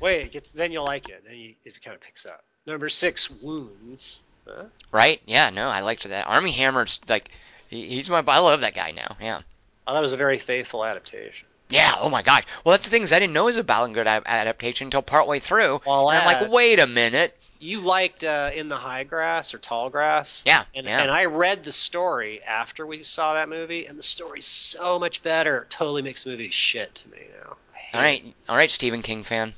S4: Wait, it gets, then you'll like it. Then you, it kind of picks up. Number six, Wounds. Huh?
S3: right? Yeah. No, I liked that. Army Hammer's like He, he's my. I love that guy now. Yeah.
S4: I thought it Oh, was a very faithful adaptation.
S3: Yeah. Oh my God. Well, that's the thing is I didn't know it was a Ballinggood ad- adaptation until partway through.
S4: Well,
S3: and I'm
S4: that's-
S3: like, wait a minute.
S4: You liked uh, In the High Grass or Tall Grass?
S3: Yeah,
S4: And,
S3: yeah.
S4: and I read the story after we saw that movie, and the story's so much better. It totally makes the movie shit to me now. I hate
S3: All
S4: it.
S3: right, all right, Stephen King fan.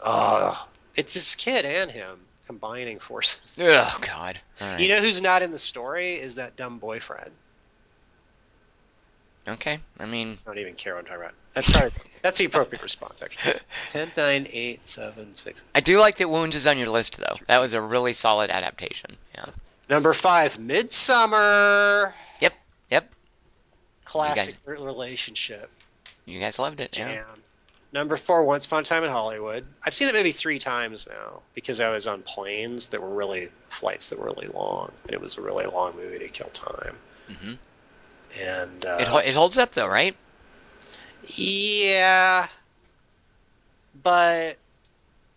S4: Ugh. It's this kid and him combining forces.
S3: Oh God. All right.
S4: You know who's not in the story is that dumb boyfriend.
S3: okay. I mean,
S4: I don't even care what I'm talking about. That's probably, that's the appropriate response actually. Ten, nine, eight, seven, six.
S3: I do like that Wounds is on your list though. That was a really solid adaptation. Yeah.
S4: Number five, Midsummer.
S3: Yep, yep.
S4: Classic relationship.
S3: You guys loved it.
S4: Jam.
S3: Yeah.
S4: Number four, Once Upon a Time in Hollywood. I've seen that movie three times now because I was on planes that were really flights that were really long, and it was a really long movie to kill time.
S3: Mhm.
S4: And uh,
S3: It ho- it holds up though, right?
S4: Yeah. But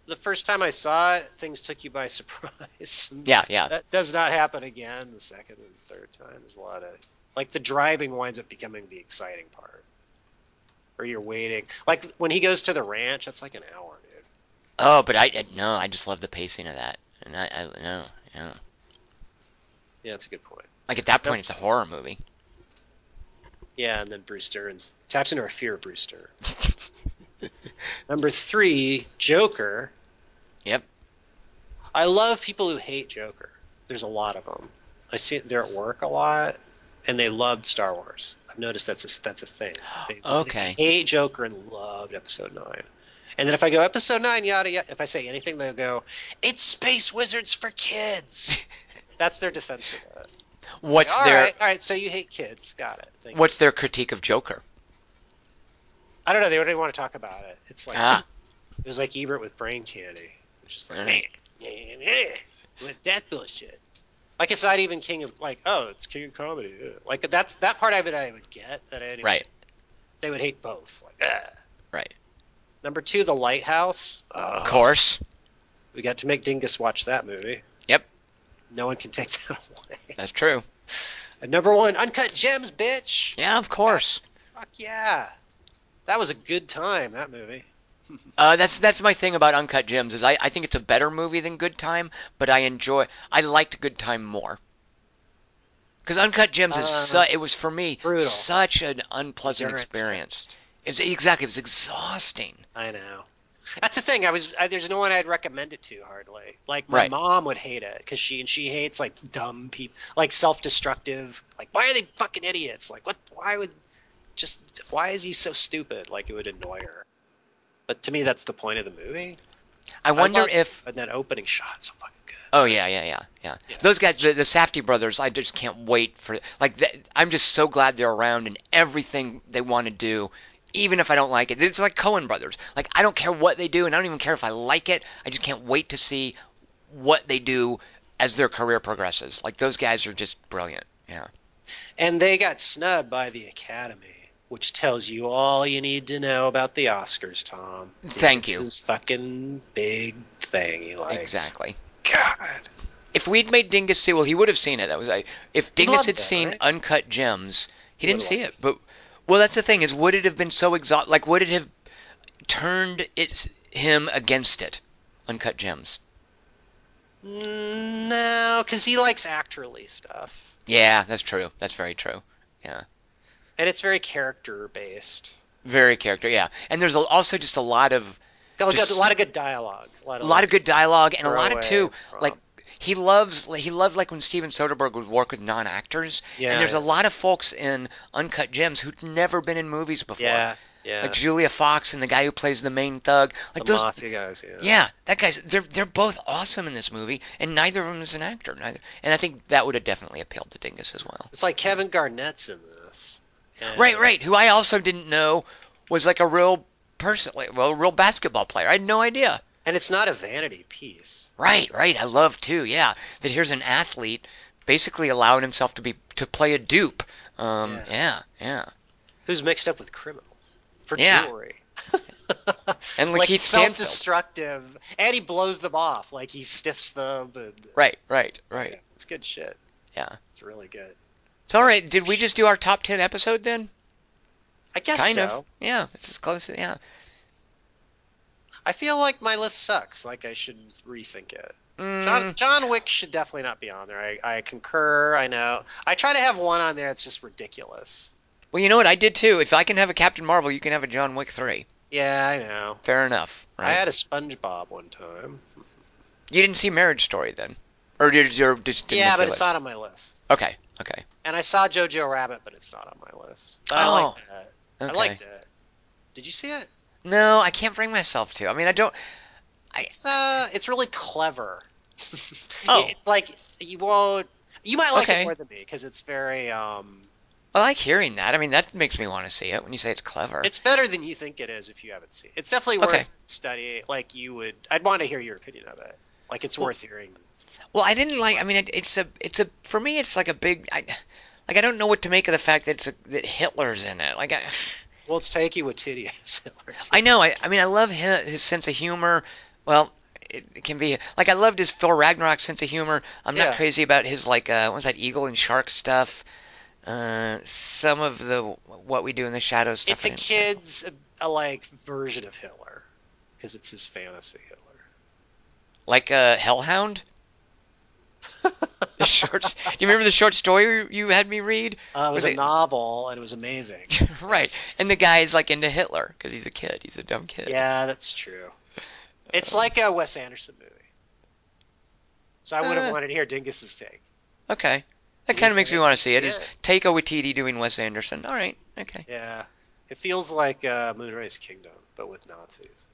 S4: the first time I saw it, things took you by surprise.
S3: Yeah, yeah.
S4: That does not happen again the second and third time. There's a lot of like the driving winds up becoming the exciting part. Or you're waiting. Like when he goes to the ranch, that's like an hour, dude.
S3: Oh, but I, I no, I just love the pacing of that. And I, I no, yeah.
S4: Yeah, that's a good point.
S3: Like at that point, it's a horror movie.
S4: Yeah, and then Bruce Dern's taps into our fear, Bruce Dern. Number three, Joker.
S3: Yep.
S4: I love people who hate Joker. There's a lot of them. I see they're at work a lot, and they loved Star Wars. I've noticed that's a, that's a thing. They,
S3: Okay.
S4: They hate Joker and loved Episode Nine. And then if I go Episode Nine, yada yada. If I say anything, they'll go, "It's space wizards for kids." that's their defense of it.
S3: What's
S4: All
S3: their
S4: right, all right. So you hate kids? Got it. Thank you.
S3: What's their critique of Joker?
S4: I don't know. They don't even want to talk about it. It's like
S3: Ah,
S4: it was like Ebert with brain candy. It's just like
S3: Mm.
S4: "Meh, meh, meh," with that bullshit. Like it's not even king of like oh it's king of comedy. yeah. Like that's that part of it I would get that I didn't even-
S3: right.
S4: They would hate both. Like ah.
S3: Right.
S4: Number two, The Lighthouse.
S3: Of
S4: Uh,
S3: course.
S4: we got to make Dingus watch that movie.
S3: Yep.
S4: No one can take that away.
S3: That's true.
S4: And number one, Uncut Gems, bitch.
S3: Yeah, of course.
S4: Fuck yeah. That was a good time. That movie.
S3: Uh, that's that's my thing about Uncut Gems is I, I think it's a better movie than Good Time, but I enjoy I liked Good Time more. Because Uncut Gems is
S4: Uh,
S3: su- it was for me
S4: brutal.
S3: such an unpleasant
S4: Endurance
S3: experience. It was, exactly, it was exhausting.
S4: I know. That's the thing. I was I, there's no one I'd recommend it to hardly. Like my
S3: Right.
S4: mom would hate it because she and she hates like dumb people, like self-destructive. Like why are they fucking idiots? Like what? Why would just why is he so stupid? Like it would annoy her. But to me, that's the point of the movie.
S3: I wonder
S4: love-
S3: if
S4: And that opening shot's so fucking good.
S3: Oh yeah, yeah, yeah, yeah.
S4: Yeah.
S3: Those guys, the, the Safety brothers, I just can't wait for. Like, th I'm just so glad they're around and everything they want to do, even if I don't like it. It's like Cohen brothers. Like, I don't care what they do, and I don't even care if I like it. I just can't wait to see what they do as their career progresses. Like, those guys are just brilliant. Yeah.
S4: And they got snubbed by the Academy, which tells you all you need to know about the Oscars, Tom.
S3: Thank you.
S4: This fucking big thing he likes.
S3: Exactly.
S4: God.
S3: If we'd made Dingus see, well, he would have seen it. That was I. If Dingus
S4: loved
S3: had
S4: that,
S3: seen
S4: right?
S3: Uncut Gems, he didn't
S4: would've
S3: see it. But well, that's the thing is, would it have been so exhausted? Like, would it have turned its him against it? Uncut Gems.
S4: No, because he likes actorly stuff,
S3: Yeah, that's true. That's very true. Yeah,
S4: and it's very character based.
S3: very character. Yeah, and there's a, also just a lot of
S4: A
S3: Just-
S4: lot of good dialogue. A lot
S3: a
S4: of,
S3: lot of good dialogue and a lot of
S4: Throwaway
S3: too
S4: prop.
S3: like he loves he loved like when Steven Soderbergh would work with non-actors.
S4: Yeah,
S3: and there's
S4: yeah.
S3: a lot of folks in Uncut Gems who'd never been in movies before.
S4: yeah, yeah.
S3: like Julia Fox and the guy who plays the main thug.
S4: the
S3: Like those,
S4: mafia guys. Yeah.
S3: yeah, that guy's. They're they're both awesome in this movie, and neither of them is an actor. Neither, and I think that would have definitely appealed to Dingus as well.
S4: It's like Kevin Garnett's in this. and-
S3: Right, right. Who I also didn't know was like a real person, like, well, a real basketball player. I had no idea.
S4: And it's not a vanity piece.
S3: Right, right. I love too. Yeah, that here's an athlete basically allowing himself to be to play a dupe. Um,
S4: Yeah.
S3: yeah, yeah.
S4: Who's mixed up with criminals for
S3: Yeah.
S4: jewelry.
S3: And
S4: like
S3: Lakeith
S4: he's
S3: Stanfield.
S4: self-destructive, and he blows them off. Like he stiffs them. And,
S3: Right, right, right.
S4: It's good shit.
S3: Yeah.
S4: It's really good.
S3: So, all right, did we just do our top ten episode then?
S4: I guess
S3: Kind
S4: so.
S3: of. Yeah, it's as close. as- Yeah.
S4: I feel like my list sucks. Like I should rethink it.
S3: Mm,
S4: John John Wick should definitely not be on there. I, I concur. I know. I try to have one on there. It's just ridiculous.
S3: well, you know what? I did too. If I can have a Captain Marvel, you can have a John Wick three.
S4: Yeah, I know.
S3: Fair enough, right?
S4: I had a SpongeBob one time.
S3: You didn't see Marriage Story then, or did you just? Didn't
S4: yeah,
S3: make
S4: but
S3: your
S4: it's
S3: list?
S4: not on my list.
S3: Okay. Okay.
S4: And I saw Jojo Rabbit, but it's not on my list. But I
S3: Oh,
S4: liked that.
S3: Okay.
S4: I liked it. Did you see it?
S3: No, I can't bring myself to. I mean, I don't.
S4: It's uh, it's really clever.
S3: Oh.
S4: It's like you won't. You might like
S3: Okay.
S4: it more than me because it's very um.
S3: I like hearing that. I mean, that makes me want to see it when you say it's clever.
S4: It's better than you think it is if you haven't seen. it. It's definitely worth
S3: Okay.
S4: study. Like you would, I'd want to hear your opinion of it. Like it's worth hearing.
S3: well, I didn't like. I mean, it, it's a. It's a. For me, it's like a big. I, like I don't know what to make of the fact that it's a, that Hitler's in it. Like I,
S4: Well, it's Taiki Waititi as Hitler. too.
S3: I know. I, I mean, I love his, his sense of humor. Well, it, it can be like I loved his Thor Ragnarok sense of humor. I'm not
S4: Yeah.
S3: crazy about his like uh, what was that Eagle and Shark stuff. Uh, some of the what we do in the shadows stuff.
S4: It's
S3: I
S4: a
S3: didn't-
S4: kid's uh a, like version of Hitler because it's his fantasy Hitler.
S3: like a hellhound. The shorts. Do you remember the short story you had me read?
S4: Uh, it was
S3: Were
S4: a
S3: they-
S4: novel and it was amazing.
S3: right. And the guy's like into Hitler because he's a kid. He's a dumb kid.
S4: Yeah, that's true. It's
S3: Um,
S4: like a Wes Anderson movie. So I would have
S3: Uh.
S4: wanted to hear Dingus's take.
S3: Okay. That
S4: He's
S3: kind of makes me
S4: like-
S3: want to see it. Is
S4: yeah.
S3: Take Waititi doing Wes Anderson? All right. Okay.
S4: Yeah, it feels like uh, Moonrise Kingdom, but with Nazis.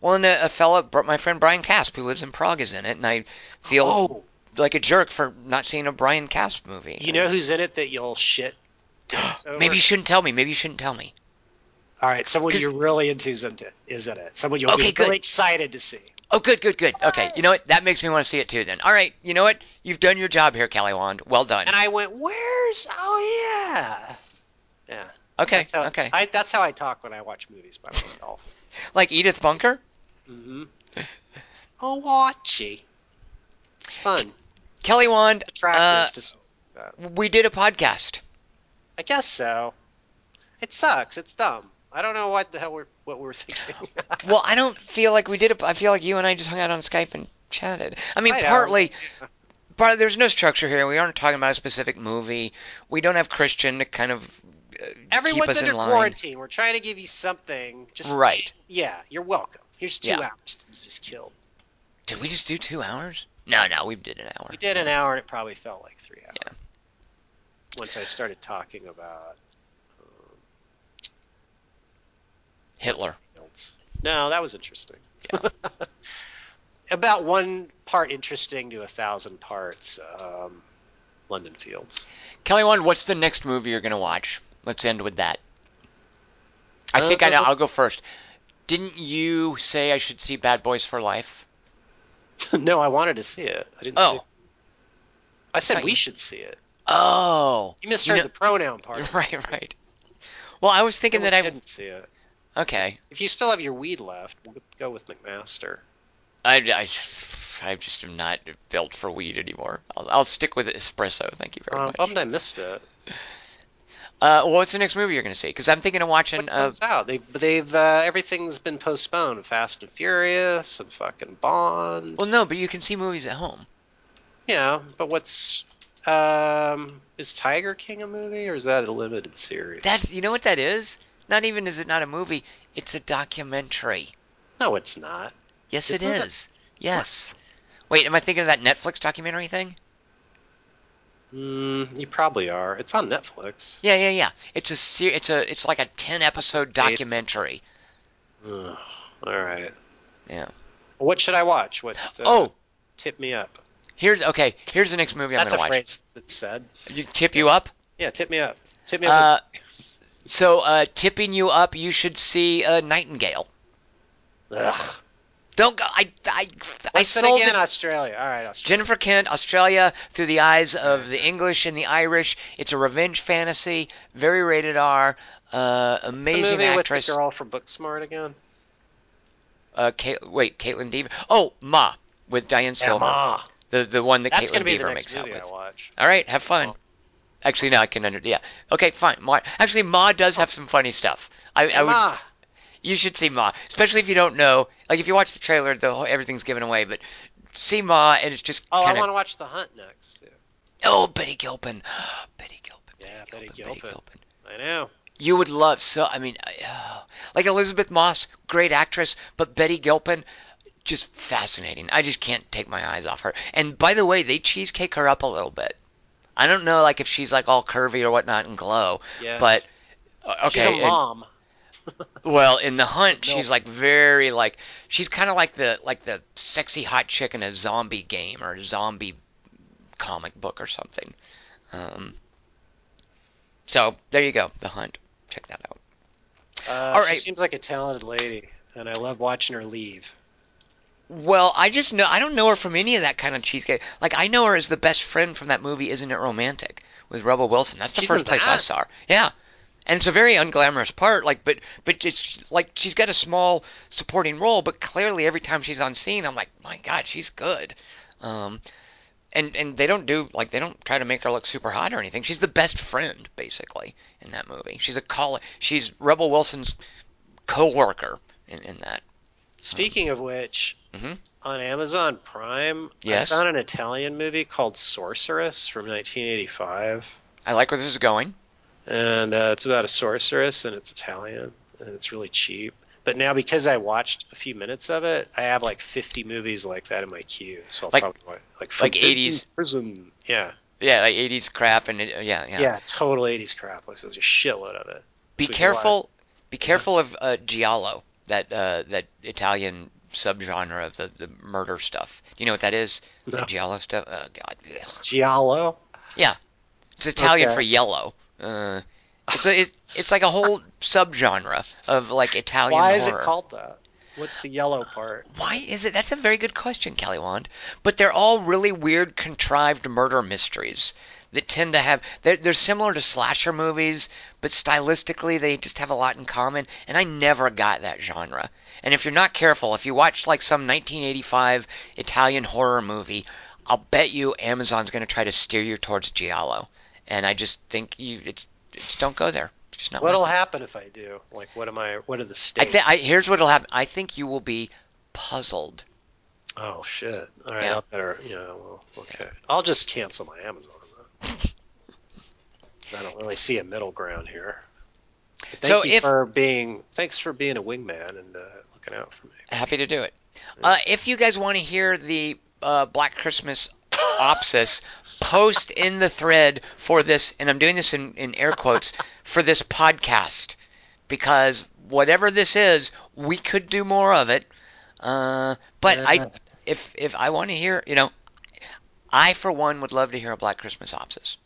S3: Well, and a, a fella, br- my friend Brian Casp, who lives in Prague, is in it, and I feel
S4: Oh,
S3: like a jerk for not seeing a Brian Casp movie.
S4: you know who's in it that you'll shit. dicks over?
S3: Maybe you shouldn't tell me. Maybe you shouldn't tell me.
S4: All right, someone
S3: 'Cause-
S4: you're really into is in it. Is in it? Someone you'll
S3: Okay,
S4: be really
S3: good.
S4: excited to see.
S3: Oh, good, good, good. Okay. You know what? That makes me want to see it too. Then. All right. You know what? You've done your job here, Callie Wand. Well done.
S4: And I went, "Where's? Oh yeah, yeah."
S3: okay.
S4: That's how,
S3: okay.
S4: I, that's how I talk when I watch movies by myself.
S3: like Edith Bunker.
S4: mm-hmm. Oh, watchy. It's fun.
S3: Kelly Wand,
S4: Attractive to s-
S3: uh, we did a podcast.
S4: I guess so. It sucks. It's dumb. I don't know what the hell we're what we're thinking.
S3: Well, I don't feel like we did it. I feel like you and I just hung out on Skype and chatted. I mean,
S4: I know.
S3: partly, part there's no structure here. We aren't talking about a specific movie. We don't have Christian to kind of uh, keep
S4: Everyone's
S3: us
S4: under
S3: in line.
S4: quarantine. We're trying to give you something. Just
S3: Right.
S4: Yeah, you're welcome. Here's two
S3: Yeah.
S4: hours that you just killed.
S3: Did we just do two hours? No, no, we did an hour.
S4: We did an hour, and it probably felt like three hours.
S3: Yeah.
S4: Once I started talking about
S3: Hitler.
S4: else. No, that was interesting. about one part interesting to a thousand parts. Um, London Fields.
S3: Kelly Wand, what's the next movie you're gonna watch? Let's end with that. I think I know.
S4: Uh,
S3: I'll go first. Didn't you say I should see Bad Boys for Life?
S4: no, I wanted to see it. I didn't. See
S3: Oh,
S4: it. I said
S3: Right.
S4: we should see it.
S3: oh.
S4: You misheard
S3: know-
S4: the pronoun part.
S3: Right, right. Well, I was thinking that I
S4: didn't see it.
S3: okay.
S4: If you still have your weed left, we'll go with McMaster.
S3: I, I, I just am not built for weed anymore. I'll, I'll stick with espresso. Thank you very
S4: Um,
S3: much.
S4: bummed I missed it.
S3: Uh, well, what's the next movie you're gonna see? Because I'm thinking of watching.
S4: What
S3: Uh,
S4: comes out? They, they've uh, everything's been postponed. Fast and Furious and fucking Bond.
S3: well, no, but you can see movies at home.
S4: Yeah, but what's um is Tiger King a movie or is that a limited series?
S3: That you know what that is? Not even is it not a movie. It's a documentary.
S4: No, it's not.
S3: Yes, it
S4: Isn't it?
S3: is. Yes. Wait, am I thinking of that Netflix documentary thing?
S4: Mm, you probably are. It's on Netflix.
S3: Yeah, yeah, yeah. It's a ser- It's a. It's like a ten episode
S4: Based-
S3: documentary.
S4: Ugh, all right.
S3: Yeah.
S4: What should I watch? What? Uh,
S3: Oh,
S4: tip me up.
S3: here's okay. Here's the next movie I'm
S4: That's a
S3: gonna watch.
S4: phrase that's said.
S3: You tip you up.
S4: Yeah, tip me up. Tip me up.
S3: Uh, so uh, tipping you up, you should see uh, Nightingale.
S4: with- Ugh.
S3: Don't go. I I, I
S4: What's it
S3: sold
S4: again?
S3: it.
S4: Australia. All right, Australia.
S3: Jennifer Kent, Australia, through the eyes of the English and the Irish. It's a revenge fantasy, very rated R. Uh, amazing
S4: the movie
S3: actress.
S4: with the girl from Booksmart again.
S3: Uh, Kate, wait, Caitlin Deaver. Oh, Ma with Diane Silver,
S4: Emma.
S3: the the one that
S4: That's
S3: Caitlin
S4: gonna be
S3: Deaver
S4: the next
S3: makes out
S4: movie Oh.
S3: with.
S4: I watch.
S3: All right, have fun. Actually, no, I can under. Yeah. Okay, fine. Ma. Actually, Ma
S4: Oh.
S3: does have some funny stuff. I, I would.
S4: Ma,
S3: You should see Ma, especially if you don't know. Like if you watch the trailer, the whole, everything's given away. But see Ma, and it's just
S4: oh,
S3: kind
S4: I
S3: of
S4: want to watch The Hunt next. too.
S3: oh Betty Gilpin, Betty Gilpin,
S4: Yeah, Betty
S3: Betty
S4: Gilpin.
S3: Gilpin.
S4: I know.
S3: You would love so. I mean, I- oh. like Elizabeth Moss, great actress, but Betty Gilpin, just fascinating. I just can't take my eyes off her. And by the way, they cheesecake her up a little bit. I don't know, like if she's like all curvy or whatnot and glow,
S4: Yes.
S3: but uh, okay.
S4: she's a
S3: and-
S4: mom.
S3: well, in the hunt,
S4: No.
S3: she's like very like she's kind of like the like the sexy hot chick in a zombie game or a zombie comic book or something. Um, so there you go, the hunt. Check that out.
S4: Uh,
S3: All
S4: She
S3: right.
S4: seems like a talented lady, and I love watching her leave.
S3: Well, I just know I don't know her from any of that kind of cheesecake. Like I know her as the best friend from that movie, Isn't It Romantic, with Rebel Wilson. That's the
S4: She's
S3: first
S4: in
S3: place I
S4: that?
S3: saw her. Yeah, and it's a very unglamorous part. Like, but but it's like she's got a small supporting role, but clearly every time she's on scene, I'm like, my God, she's good. Um, and and they don't do like they don't try to make her look super hot or anything. She's the best friend basically in that movie. She's a call. She's Rebel Wilson's co-worker in, in that.
S4: Speaking of which,
S3: Mhm.
S4: on Amazon Prime,
S3: Yes.
S4: I found an Italian movie called Sorceress from 1985,
S3: I like where this is going.
S4: and uh, it's about a sorceress, and it's Italian, and it's really cheap. But now, because I watched a few minutes of it, I have like 50 movies like that in my queue. So I'll
S3: Like-
S4: probably watch, like
S3: like
S4: Forbidden
S3: 80s.
S4: Prison. Yeah,
S3: Yeah, like 80s crap and it, yeah, yeah.
S4: yeah, total 80s crap. Like there's a shitload of it.
S3: Be
S4: So we can watch-
S3: careful. Be careful of uh, giallo, that uh, that Italian subgenre of the, the murder stuff. Do you know what that is? The
S4: No.
S3: giallo stuff. Oh god. Ugh.
S4: Giallo.
S3: It's Italian
S4: Okay.
S3: for yellow. Uh, it's a, it, it's like a whole subgenre of like Italian
S4: Why is it
S3: horror.
S4: called that? What's the yellow part?
S3: Why is it? That's a very good question, Kelly Wand. But they're all really weird, contrived murder mysteries that tend to have. They're, they're similar to slasher movies, but stylistically they just have a lot in common. And I never got that genre. And if you're not careful, if you watch like some 1985 Italian horror movie, I'll bet you Amazon's going to try to steer you towards Giallo. And I just think you it's, it's don't go there. It's just not.
S4: What'll
S3: my-
S4: happen if I do? Like, what am I? What are
S3: I
S4: the stakes?
S3: think I, here's what'll happen. I think you will be puzzled.
S4: oh shit! All right,
S3: Yeah.
S4: I'll better. Yeah, well, okay. I'll just cancel my Amazon. then. I don't really see a middle ground here. But thank
S3: So
S4: you
S3: if-
S4: for being. Thanks for being a wingman and uh, looking out for me.
S3: happy to do it. Uh, if you guys want to hear the uh, Black Christmas opsis, post in the thread for this, and I'm doing this in, in air quotes for this podcast because whatever this is, we could do more of it. Uh, but I, if if I want to hear, you know, I for one would love to hear a Black Christmas opsis.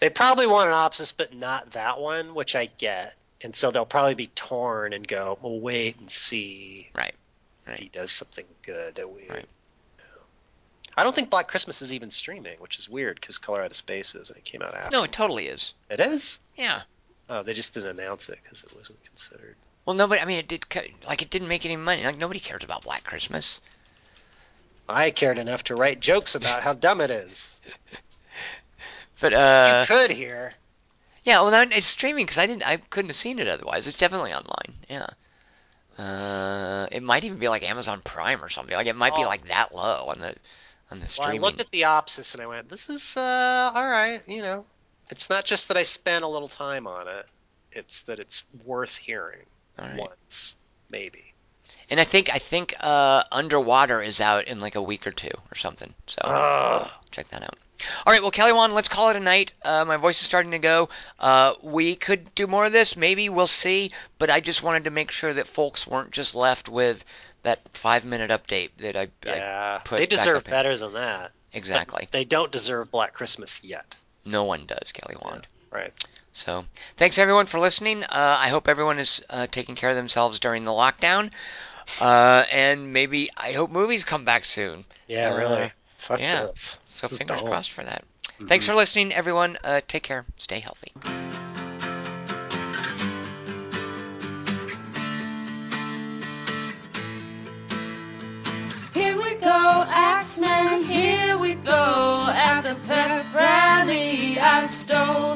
S4: They probably want an Opsis, but not that one, which I get. And so they'll probably be torn and go, "We'll wait and see
S3: Right.
S4: if he does something good that we."
S3: Right.
S4: I don't think Black Christmas is even streaming, which is weird because Colorado Space is, and it came out after.
S3: No, it totally is.
S4: It is.
S3: Yeah.
S4: Oh, they just didn't announce it because it wasn't considered.
S3: Well, nobody. I mean, it did. co- Like, it didn't make any money. Like, nobody cares about Black Christmas.
S4: I cared enough to write jokes about how dumb it is.
S3: But uh,
S4: you could hear.
S3: Yeah, well, now it's streaming because I didn't, I couldn't have seen it otherwise. It's definitely online. Yeah. Uh, it might even be like Amazon Prime or something. Like it might be
S4: Oh.
S3: like that low on the on the
S4: Well, I
S3: streaming.
S4: looked at the Opsis and I went, "This is uh, all right." You know, it's not just that I spent a little time on it; it's that it's worth hearing
S3: All right.
S4: once, maybe.
S3: And I think I think uh, Underwater is out in like a week or two or something. So
S4: Uh-huh.
S3: check that out. All right, well, Kelly Wan, let's call it a night. Uh, my voice is starting to go. Uh, we could do more of this. Maybe we'll see. But I just wanted to make sure that folks weren't just left with that five-minute update that I,
S4: yeah,
S3: I put
S4: they
S3: back
S4: deserve
S3: up in-
S4: better than that.
S3: exactly.
S4: They don't deserve Black Christmas yet.
S3: No one does, Kelly Wand.
S4: Right.
S3: So, thanks everyone for listening. Uh, I hope everyone is uh, taking care of themselves during the lockdown. Uh, and maybe I hope movies come back soon.
S4: Yeah,
S3: Uh,
S4: really. Fuck
S3: yeah.
S4: this.
S3: So,
S4: This is
S3: fingers
S4: dull.
S3: crossed for that. Thanks for listening, everyone. Uh, take care. Stay healthy.
S1: Here we go, Axeman, here we go, at the pep rally I stole.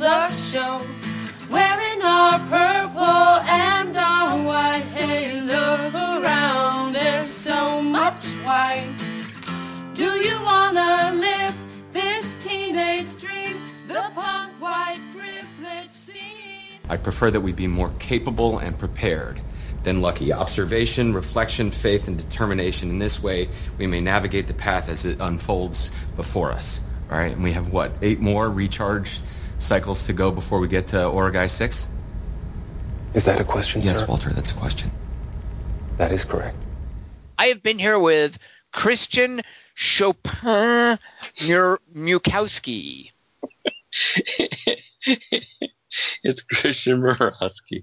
S1: I prefer that we be more capable and prepared than lucky. Observation, reflection, faith, and determination. In this way, we may navigate the path as it unfolds before us. All right, and we have what eight more recharge cycles to go before we get to Oragai Six.
S5: Is that a question,
S1: Yes,
S5: sir?
S1: Walter, that's a question.
S5: That is correct.
S3: I have been here with Christian Chopin Mur- Mukowski.
S6: it's Christian Murowski.